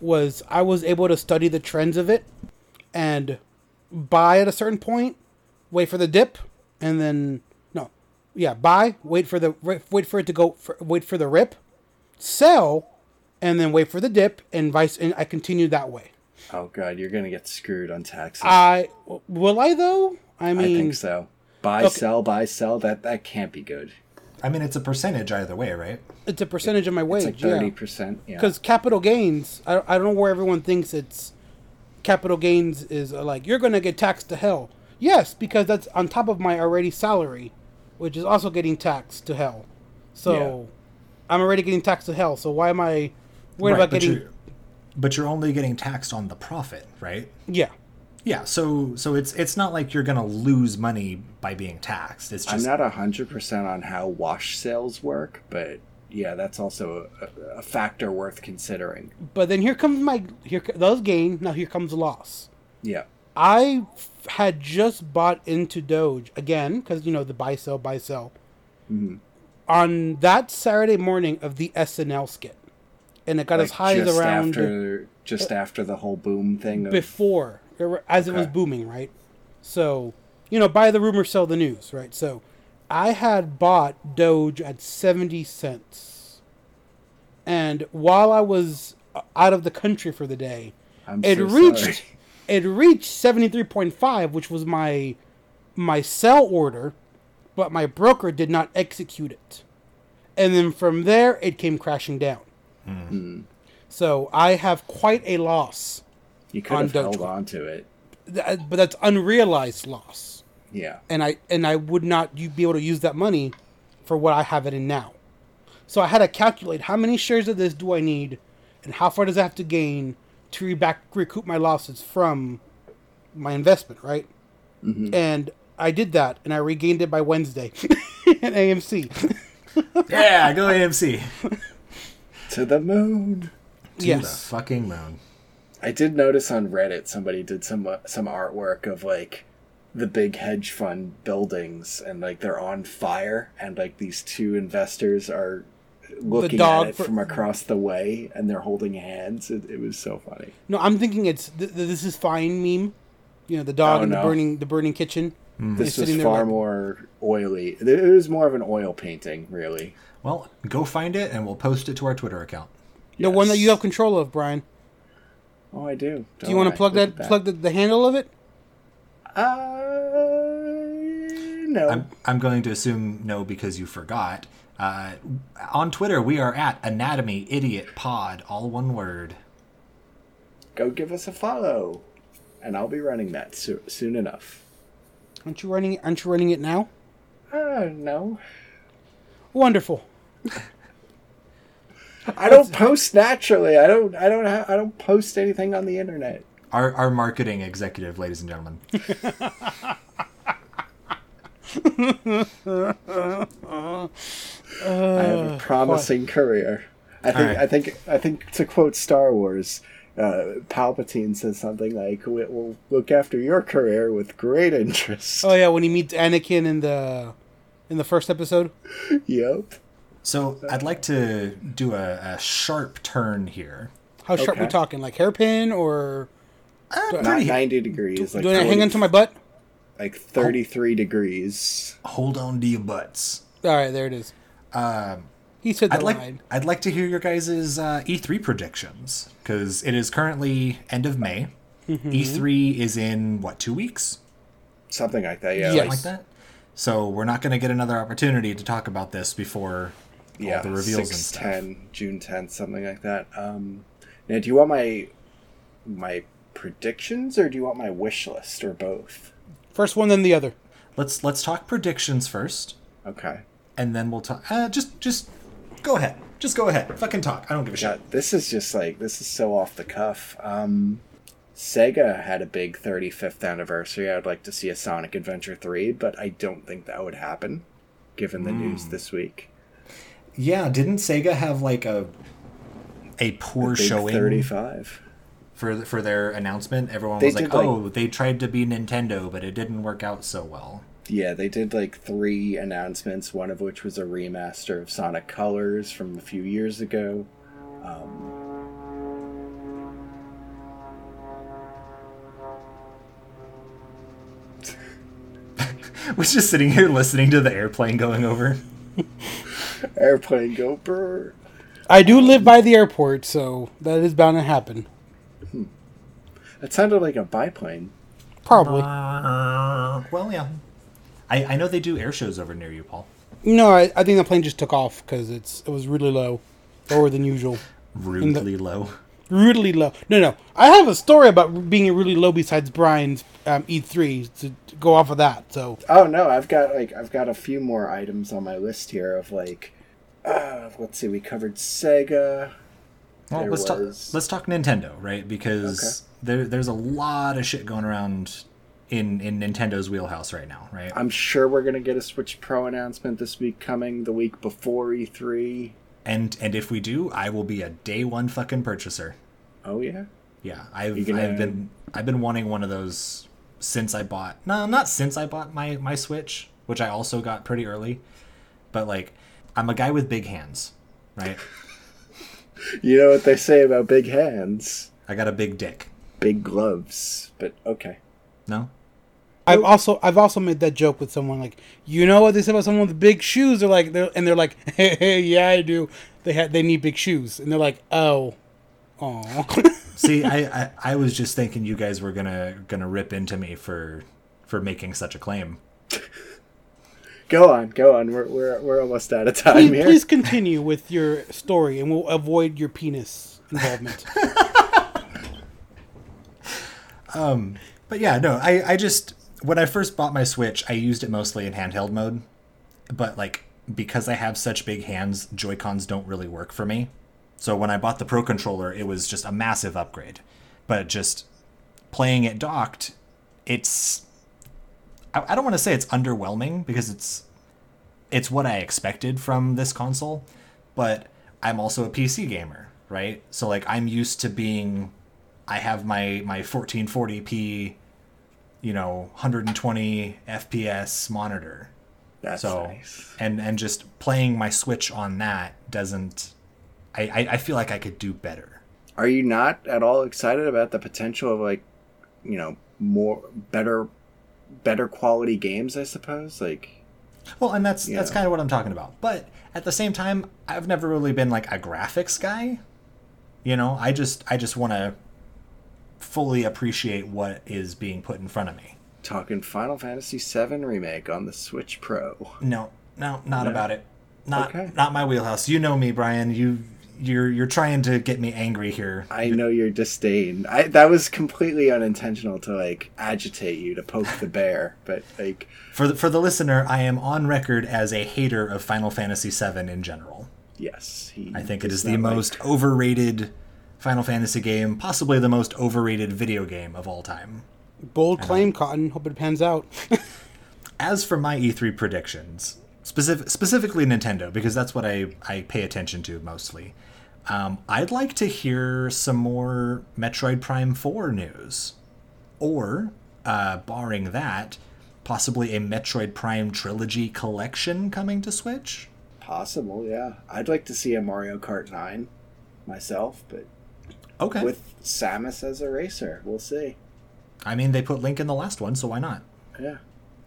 was I was able to study the trends of it and buy at a certain point, wait for the dip, and then no, yeah, buy, wait for the wait for it to go, for, wait for the rip, sell, and then wait for the dip, and vice, and I continued that way. Oh god, you're going to get screwed on taxes. I will I though. I mean, I think so. Buy, Okay. sell, buy, sell. That that can't be good. I mean, it's a percentage either way, right? It's a percentage of my It's wage. like yeah. thirty percent. Yeah. because capital gains I, I don't know where everyone thinks it's capital gains is uh, like you're gonna get taxed to hell yes because that's on top of my already salary which is also getting taxed to hell so i'm already getting taxed to hell so why am i worried Right, about but getting You're, but you're only getting taxed on the profit, right? yeah Yeah. So so it's it's not like you're gonna lose money by being taxed. It's I'm just not hundred percent on how wash sales work, but yeah, that's also a, a factor worth considering. but then here comes my here co- those gain now here comes loss Yeah. I f- had just bought into Doge again because you know the buy sell buy sell. Mm-hmm. On that Saturday morning of the SNL skit, and it got as Like, high as just around after just after the whole boom thing. Of, before it re- as it was Okay. booming, right? So you know, buy the rumor, sell the news, right? So I had bought Doge at seventy cents, and while I was uh, out of the country for the day, I'm it so reached sorry. [LAUGHS] it reached 73.5 which was my my sell order but my broker did not execute it and then from there it came crashing down so i have quite a loss You could on have held Dogecoin. on to it. Th- but that's unrealized loss Yeah. and i and i would not u- be able to use that money for what i have it in now so i had to calculate how many shares of this do i need and how far does i have to gain to re- back, recoup my losses from my investment right Mm-hmm. and i did that and i regained it by wednesday [LAUGHS] in [LAUGHS] amc [LAUGHS] yeah. Go AMC. To the moon. yes To the fucking moon. I did notice on Reddit somebody did some uh, some artwork of like the big hedge fund buildings and like they're on fire and like these two investors are looking dog at it for- from across the way and they're holding hands. It, it was so funny. no i'm thinking it's th- th- this is fine meme you know the dog Oh, and no. Mm. the burning the burning kitchen This They're was sitting there far like- more oily. It was more of an oil painting, really. Well, go find it, and we'll post it to our Twitter account. the one that you Yes. have control of brian Oh, I do. do you want to plug that, plug the, the handle of it Uh, no. I'm I'm going to assume no because you forgot. Uh, on Twitter, we are at Anatomy Idiot Pod, all one word. Go give us a follow, and I'll be running that so- soon enough. aren't you running aren't you running it now Uh, no. Wonderful. [LAUGHS] I don't post naturally. I don't. I don't. Ha- I don't post anything on the internet. Our our marketing executive, ladies and gentlemen. I Uh, have a promising career. I think. Alright. I think. I think. To quote Star Wars, uh, Palpatine says something like, "We- "We'll look after your career with great interest." Oh yeah, when he meets Anakin in the in the first episode. Yep. So I'd like to do a, a sharp turn here. How sharp we Okay. talking? Like hairpin or Uh, Not pretty, ninety degrees. Like do I hang 40 onto my butt? Like thirty-three degrees. hold on to your butts. All right, there it is. he said the I'd like line. I'd like to hear your guys' uh, E3 predictions because it is currently end of May. E3 is in what two weeks? Something like that. Yeah. Yes. Like, like that. So we're not going to get another opportunity to talk about this before yeah. all the reveals and six, stuff. 10, June tenth, something like that. Um, now, do you want my my predictions or do you want my wish list or both? First one, then the other. Let's let's talk predictions first, Okay. and then we'll talk. Uh, just just go ahead. Just go ahead. Fucking talk. I don't give a Yeah, shit. this is just like this is so off the cuff. Um, Sega had a big 35th anniversary. I would like to see a Sonic Adventure 3, but I don't think that would happen, given the news Hmm. this week. Yeah, didn't Sega have like a a poor Big showing 35. for for their announcement? Everyone They was like, did, like- "Oh, they tried to be Nintendo, but it didn't work out so well." [LAUGHS] Yeah, they did like three announcements, one of which was a remaster of Sonic Colors from a few years ago. We're just sitting here listening to the airplane going over. Airplane Go Brr. I do live by the airport, so that is bound to happen. That sounded like a biplane. Probably. Uh, well, yeah. I, I know they do air shows over near you, Paul. No, I, I think the plane just took off because it's it was really low, lower than usual, Rudely low. really low. No, no, I have a story about being really low besides Brian's um, E3 to, to go off of that. So Oh no, I've got like I've got a few more items on my list here of like uh, let's see, we covered Sega. Well, There let's talk. was- Let's talk Nintendo, right? Because there there's a lot of shit going around in in Nintendo's wheelhouse right now, right? I'm sure we're gonna get a Switch Pro announcement this week coming, the week before E E3. and and if we do, I will be a day one fucking purchaser. Oh yeah. Yeah, I've gonna- I've been I've been wanting one of those since I bought no, not since I bought my my Switch, which I also got pretty early. But like, I'm a guy with big hands, right? You know what they say about big hands, I got a big dick. big gloves. But okay. No, I've also I've also made that joke with someone like you know what they said about someone with big shoes. They're like they're, and they're like [LAUGHS] hey, hey, yeah I do. They had they need big shoes and they're like oh, oh. See, I, [LAUGHS] I I was just thinking you guys were gonna gonna rip into me for for making such a claim. Go on, go on. We're we're we're almost out of time please, here. please continue with your story and we'll avoid your penis involvement. But yeah, no, I I just when I first bought my Switch, I used it mostly in handheld mode. But like because I have such big hands, Joy Cons don't really work for me. So when I bought the Pro controller, it was just a massive upgrade. But just playing it docked, it's I, I don't want to say it's underwhelming because it's it's what I expected from this console, but I'm also a PC gamer, right? So like I'm used to being I have my my 1440p you know 120 FPS monitor. That's So nice. and and just playing my Switch on that doesn't I, I I feel like I could do better. Are you not at all excited about the potential of like, you know, more better better quality games, I suppose? Like Well, and that's that's Yeah. kind of what I'm talking about. But at the same time, I've never really been like a graphics guy. You know, I just I just want to fully appreciate what is being put in front of me. talking Final Fantasy VII remake on the Switch Pro. No, no, not No? about it. Not Okay. not my wheelhouse. You know me, Brian. You you're you're trying to get me angry here. I know your disdain. I that was completely unintentional to like agitate you to poke the bear, but like For the, for the listener, I am on record as a hater of Final Fantasy VII in general. yes, he I think it does is the not like- most overrated Final Fantasy game, possibly the most overrated video game of all time. Bold claim, Cotton. Hope it pans out. As for my E3 predictions, specific, specifically Nintendo, because that's what I, I pay attention to mostly, um, I'd like to hear some more Metroid Prime 4 news. Or, uh, barring that, possibly a Metroid Prime Trilogy collection coming to Switch? possible, yeah. I'd like to see a Mario Kart 9 myself, but Okay. with Samus as a racer. We'll see. I mean, they put Link in the last one, so why not? Yeah.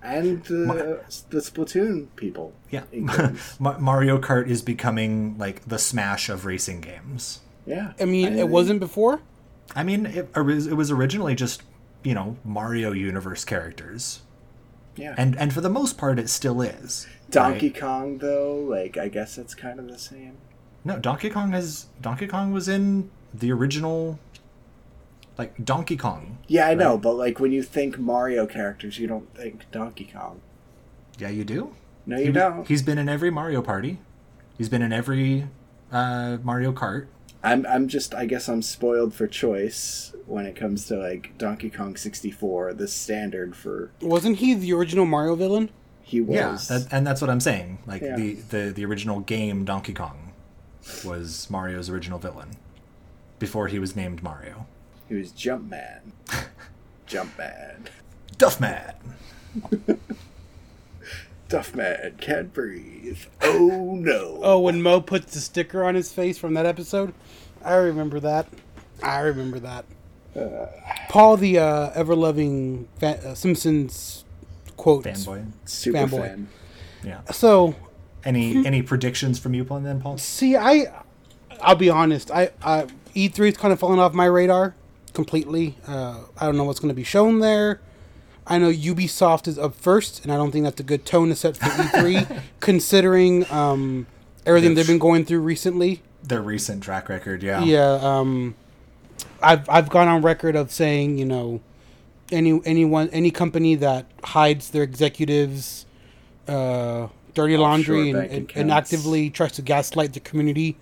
And the, the Splatoon people. Yeah. England. [LAUGHS] Ma- Mario Kart is becoming like the smash of racing games. Yeah. I mean, it wasn't before. I mean, it, ori- it was originally just, you know, Mario universe characters. Yeah. And and for the most part it still is. Donkey right? Kong, though, like, I guess that's kind of the same. No, Donkey Kong has Donkey Kong was in the original like Donkey Kong. Yeah, I know, but, like, when you think Mario characters, you don't think Donkey Kong. Yeah, you do. No, you He- don't. He's been in every Mario Party. He's been in every uh, Mario Kart. I'm, I'm just, I guess I'm spoiled for choice when it comes to, like, Donkey Kong 64, the standard for. Wasn't he the original Mario villain? He was. Yeah, that, and that's what I'm saying. Like Yeah. the, the the original game Donkey Kong was Mario's original villain before he was named Mario. He [LAUGHS] was Jumpman. Jumpman. Duffman. Duffman can't breathe. Oh, no. Oh, when Mo puts the sticker on his face from that episode, I remember that. I remember that. Paul, the uh, ever-loving fa- uh, Simpsons quotes. Fanboy. Super Fanboy. fan. Yeah. So, [LAUGHS] Any any predictions from you upon then, Paul? see, I, I'll be honest. I, I E E3's kind of fallen off my radar completely. Uh, I don't know what's going to be shown there. I know Ubisoft is up first, and I don't think that's a good tone to set for E3, considering um, everything they've been going through recently. Their recent track record, yeah. Yeah, um, I've I've gone on record of saying you know, any anyone any company that hides their executives, uh, dirty laundry, and, bank and, and accounts. actively tries to gaslight the community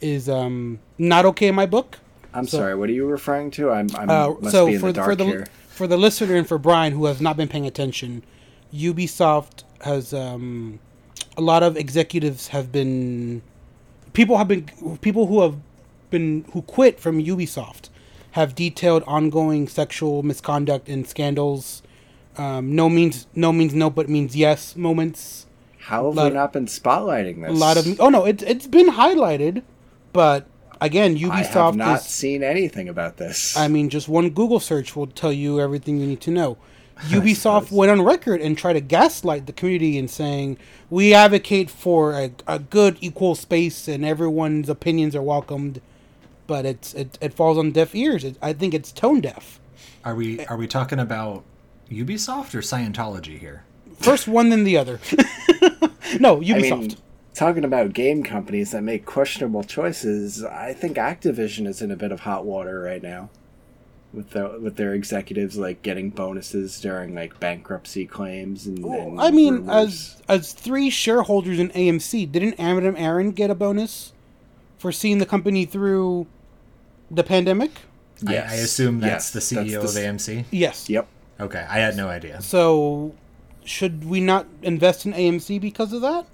is um, not okay in my book. I'm So- sorry. What are you referring to? I'm, I'm Uh, must so be in for the the dark for the here. for the listener and for Brian who has not been paying attention, Ubisoft has um, a lot of executives have been people have been people who have been who quit from Ubisoft have detailed ongoing sexual misconduct and scandals. Um, no means no means no, but means yes moments. How have lot we of- not been spotlighting this? A lot of oh no, it's it's been highlighted, but again, Ubisoft I have not is seen anything about this. I mean, just one Google search will tell you everything you need [LAUGHS] to know. Ubisoft went on record and tried to gaslight the community in saying, We advocate for a, a good, equal space and everyone's opinions are welcomed, but it's it, it falls on deaf ears. It, I think it's tone deaf. Are we are we talking about Ubisoft or Scientology here? First one, then the [LAUGHS] other. no, I Ubisoft. mean, talking about game companies that make questionable choices, I think Activision is in a bit of hot water right now. With, the, with their executives like getting bonuses during like bankruptcy claims and, and I mean, rumors. as as three shareholders in AMC, didn't Adam Aaron get a bonus for seeing the company through the pandemic? I- Yes. I, assume that's Yes, the that's CEO the s- of AMC. Yes. yep, Okay, I had no idea. So, should we not invest in AMC because of that?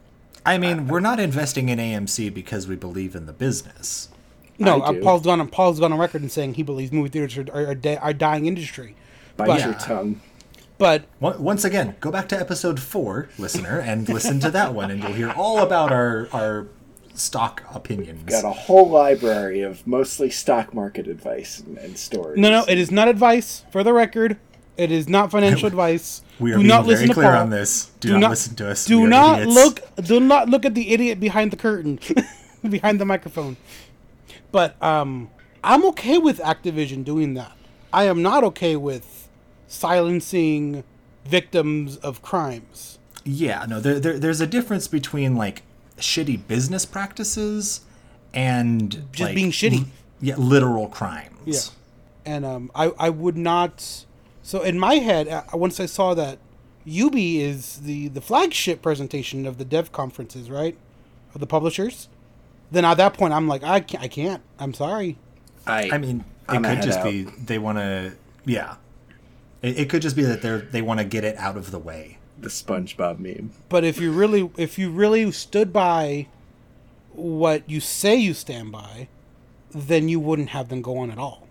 I mean, we're not investing in AMC because we believe in the business. No, I uh, do. Paul's gone. on- Paul's gone on record and saying he believes movie theaters are are, di- are dying industry. bite But- your Yeah. tongue. But Wa- Once again, go back to episode four, listener, and listen to that one, and you'll hear all about our our stock opinions. Got a whole library of mostly stock market advice and, and stories. no, no, it is not advice. For the record, it is not [LAUGHS] financial advice. We are do being not very listen to clear Paul. on this. Do, Do not, not- listen to us. We Do are not idiots. look. Do not look at the idiot behind the curtain, [LAUGHS] behind the microphone. But um, I'm okay with Activision doing that. I am not okay with silencing victims of crimes. Yeah, no, there, there, there's a difference between like shitty business practices and Just like, being shitty. l- yeah, literal crimes. Yeah. And um, I, I would not. So in my head, I, once I saw that Ubi is the, the flagship presentation of the dev conferences, right? Of the publishers. Then at that point, I'm like, I can't. I can't. I'm sorry. I, I mean, it I'm a could head just out. be they want to. Yeah, it, it could just be that they're they want to get it out of the way. the SpongeBob meme. But if you really, if you really stood by what you say you stand by, then you wouldn't have them go on at all.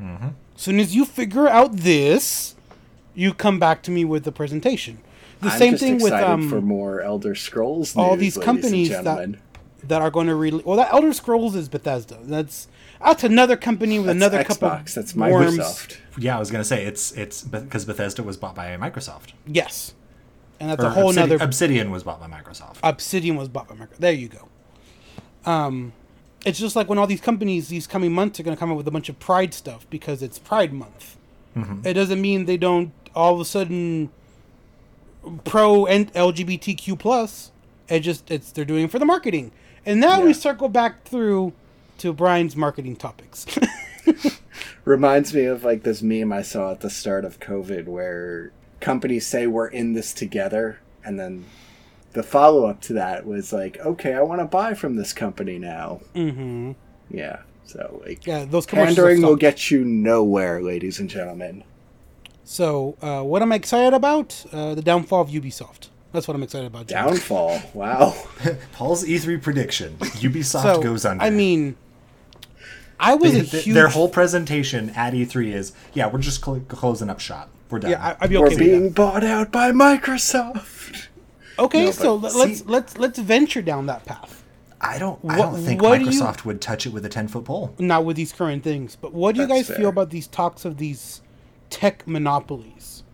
Mm-hmm. Soon as you figure out this, you come back to me with the presentation. The I'm same just thing with excited um, for more Elder Scrolls. all news, these ladies companies and that- gentlemen. that are going to release. Well, that Elder Scrolls is Bethesda. That's that's another company with another That's couple. Xbox. That's worms. Microsoft. Yeah, I was gonna say it's it's because Bethesda was bought by Microsoft. Yes, and that's Or a whole Obsidian, nother. Obsidian was bought by Microsoft. Obsidian was bought by Microsoft. There you go. Um, it's just like when all these companies these coming months are going to come up with a bunch of Pride stuff because it's Pride Month. Mm-hmm. It doesn't mean they don't all of a sudden pro and LGBTQ plus. It just it's they're doing it for the marketing. And now we Yeah. circle back through to Brian's marketing topics. [LAUGHS] Reminds me of like this meme I saw at the start of COVID where companies say we're in this together, and then the follow up to that was like, okay, I want to buy from this company now. Mm-hmm. Yeah. So like, yeah, those commercials. have pandering will stopped. get you nowhere, ladies and gentlemen. So, uh, what am I excited about? Uh, the downfall of Ubisoft. That's what I'm excited about. Jack. Downfall. wow. [LAUGHS] Paul's E3 prediction: Ubisoft So, goes under. I mean, I was They- a th- huge. their whole presentation at E3 is yeah, we're just cl- closing up shop. We're done. yeah, I, I'd be We're okay. With being bought out by Microsoft. that. Okay, No, so but let- let's see- let's let's venture down that path. I don't. I What- don't think what do you- Microsoft would touch it with a ten foot pole. Not with these current things, but what do you That's guys feel fair. about these talks of these tech monopolies,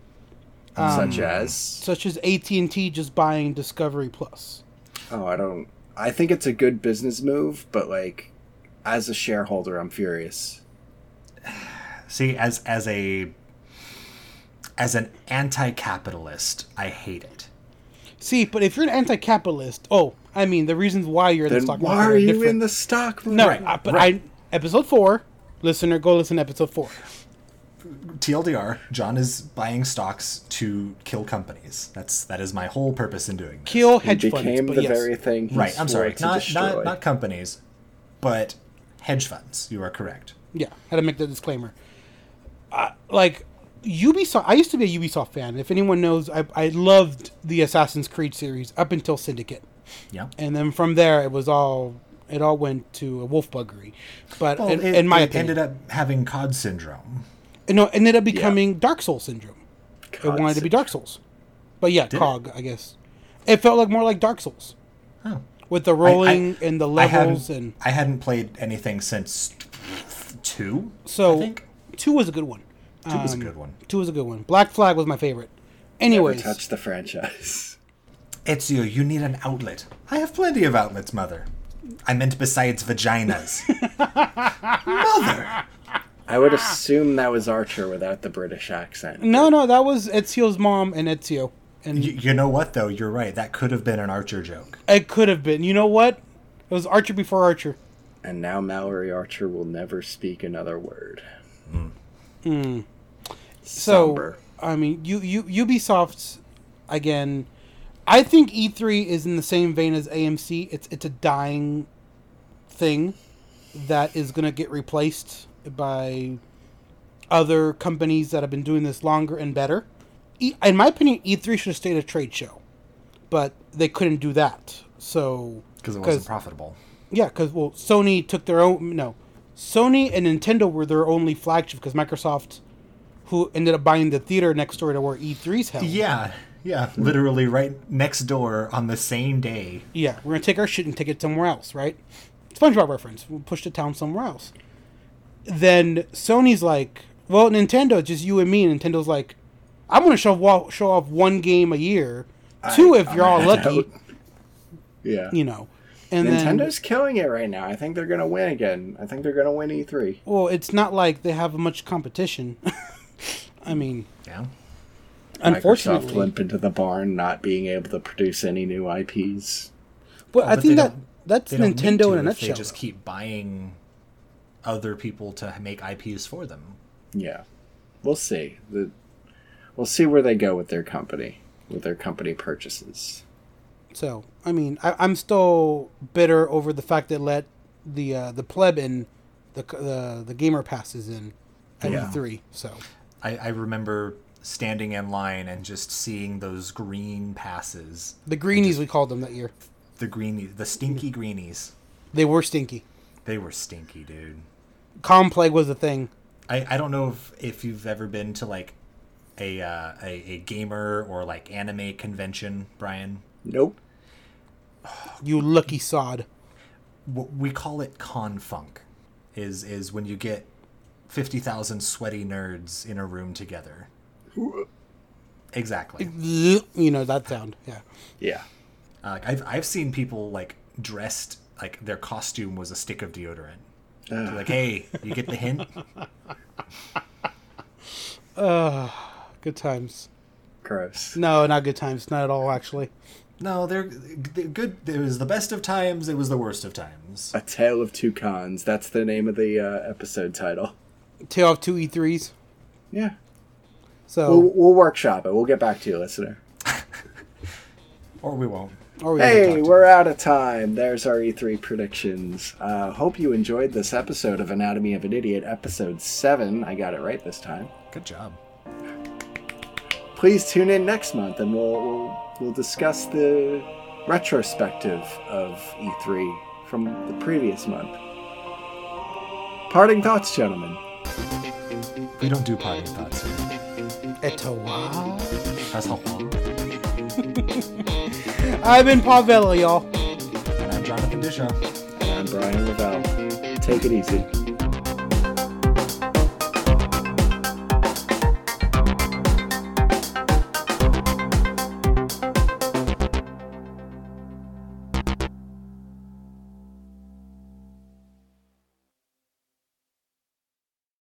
Um, Such as such as AT and T just buying Discovery Plus? Oh, I don't. I think it's a good business move, but like, as a shareholder, I'm furious. See, as as a as an anti-capitalist, I hate it. See, but if you're an anti-capitalist, oh, I mean, the reasons why you're in the Then stock why market are you different. in the stock market? No, uh, Right, I, but right. I episode four, listener, go listen to episode four. TLDR, John is buying stocks to kill companies. That's that is my whole purpose in doing this. Kill He hedge became funds, but the yes, very thing. He right, I'm swore sorry. to Not, destroy. not not companies, but hedge funds. You are correct. yeah, had to make that disclaimer. Uh, like Ubisoft, I used to be a Ubisoft fan. If anyone knows, I, I loved the Assassin's Creed series up until Syndicate, Yeah. and then from there it was all it all went to a wolfbuggery. But Well, in, it, in my it opinion, ended up having COD syndrome. no, it ended up becoming Dark Souls syndrome. it God, wanted to be Dark Souls, but yeah, it? Cog, I guess. It felt like more like Dark Souls Oh. with the I- I- rolling and the I hadn't- levels and I hadn't played anything since two. I So think two was a good one. Um, two was a good one. Two was a good one. Black Flag was my favorite. Anyways, touch the [LAUGHS] franchise. Ezio, you need an outlet. I have plenty of outlets, mother. I meant besides [LAUGHS] vaginas. mother. I would assume that was Archer without the British accent. Ah. no, no, that was Ezio's mom and Ezio, and You, you know what though? You're right. That could have been an Archer joke. it could have been. You know what? It was Archer before Archer. And now Mallory Archer will never speak another word. Hmm. So Somber. I mean, you you Ubisoft again. I think E3 is in the same vein as AMC. It's it's a dying thing that is going to get replaced by other companies that have been doing this longer and better. E- in my opinion, E3 should have stayed a trade show, but they couldn't do that. So Because it wasn't profitable. yeah, because well, Sony took their own. No, Sony and Nintendo were their only flagship because Microsoft, who ended up buying the theater next door to where E3's held. Yeah, yeah. Literally right next door on the same day. yeah, we're gonna take our shit and take it somewhere else, right? SpongeBob reference. We'll push the town somewhere else. Then Sony's like, well, Nintendo, just you and me. And Nintendo's like, I'm gonna show off, show off one game a year, two if you're all lucky, Yeah. you know. And then Nintendo's killing it right now. I think they're going to win again. I think they're going to win E E3. well, it's not like they have much competition. [LAUGHS] I mean, Yeah. unfortunately, Microsoft limp into the barn, not being able to produce any new IPs. But I but think they that don't- that's don't need Nintendo to in a if They nutshell. just keep buying other people to make IPs for them. Yeah. We'll see. The, we'll see where they go with their company, with their company purchases. So I mean, I, I'm still bitter over the fact that let the uh, the pleb in the c- the the gamer passes in at Yeah. E3. So I, I remember standing in line and just seeing those green passes, the greenies we called them that year. the greenies, the stinky greenies. They were stinky. They were stinky, dude. Com plague was a thing. I, I don't know if, if you've ever been to like a, uh, a a gamer or like anime convention, Brian. Nope. You lucky sod. What we call it con funk is is when you get fifty thousand sweaty nerds in a room together. Exactly. You know that sound. Yeah. Yeah. Uh, like I've I've seen people like dressed like their costume was a stick of deodorant. So, like, hey, you get the hint? Good times. Gross. No, not good times. Not at all. Actually, No, they're, they're good. It was the best of times. It was the worst of times. A Tale of Two Cons. That's the name of the uh, episode title. tail off two E3s. Yeah. So We'll, we'll workshop it. We'll get back to you, listener. Or we won't. or oh, we haven't Hey, talked. we're out of time. There's our E3 predictions. Uh, hope you enjoyed this episode of Anatomy of an Idiot, episode 7. I got it right this time. Good job. Please tune in next month and we'll, we'll, we'll discuss the retrospective of E3 from the previous month. Parting thoughts, gentlemen. We don't do party thoughts. Etowah. That's helpful. I've been Pavello, y'all. And I'm Jonathan Dishaw. And I'm Brian Lavelle. Take it easy.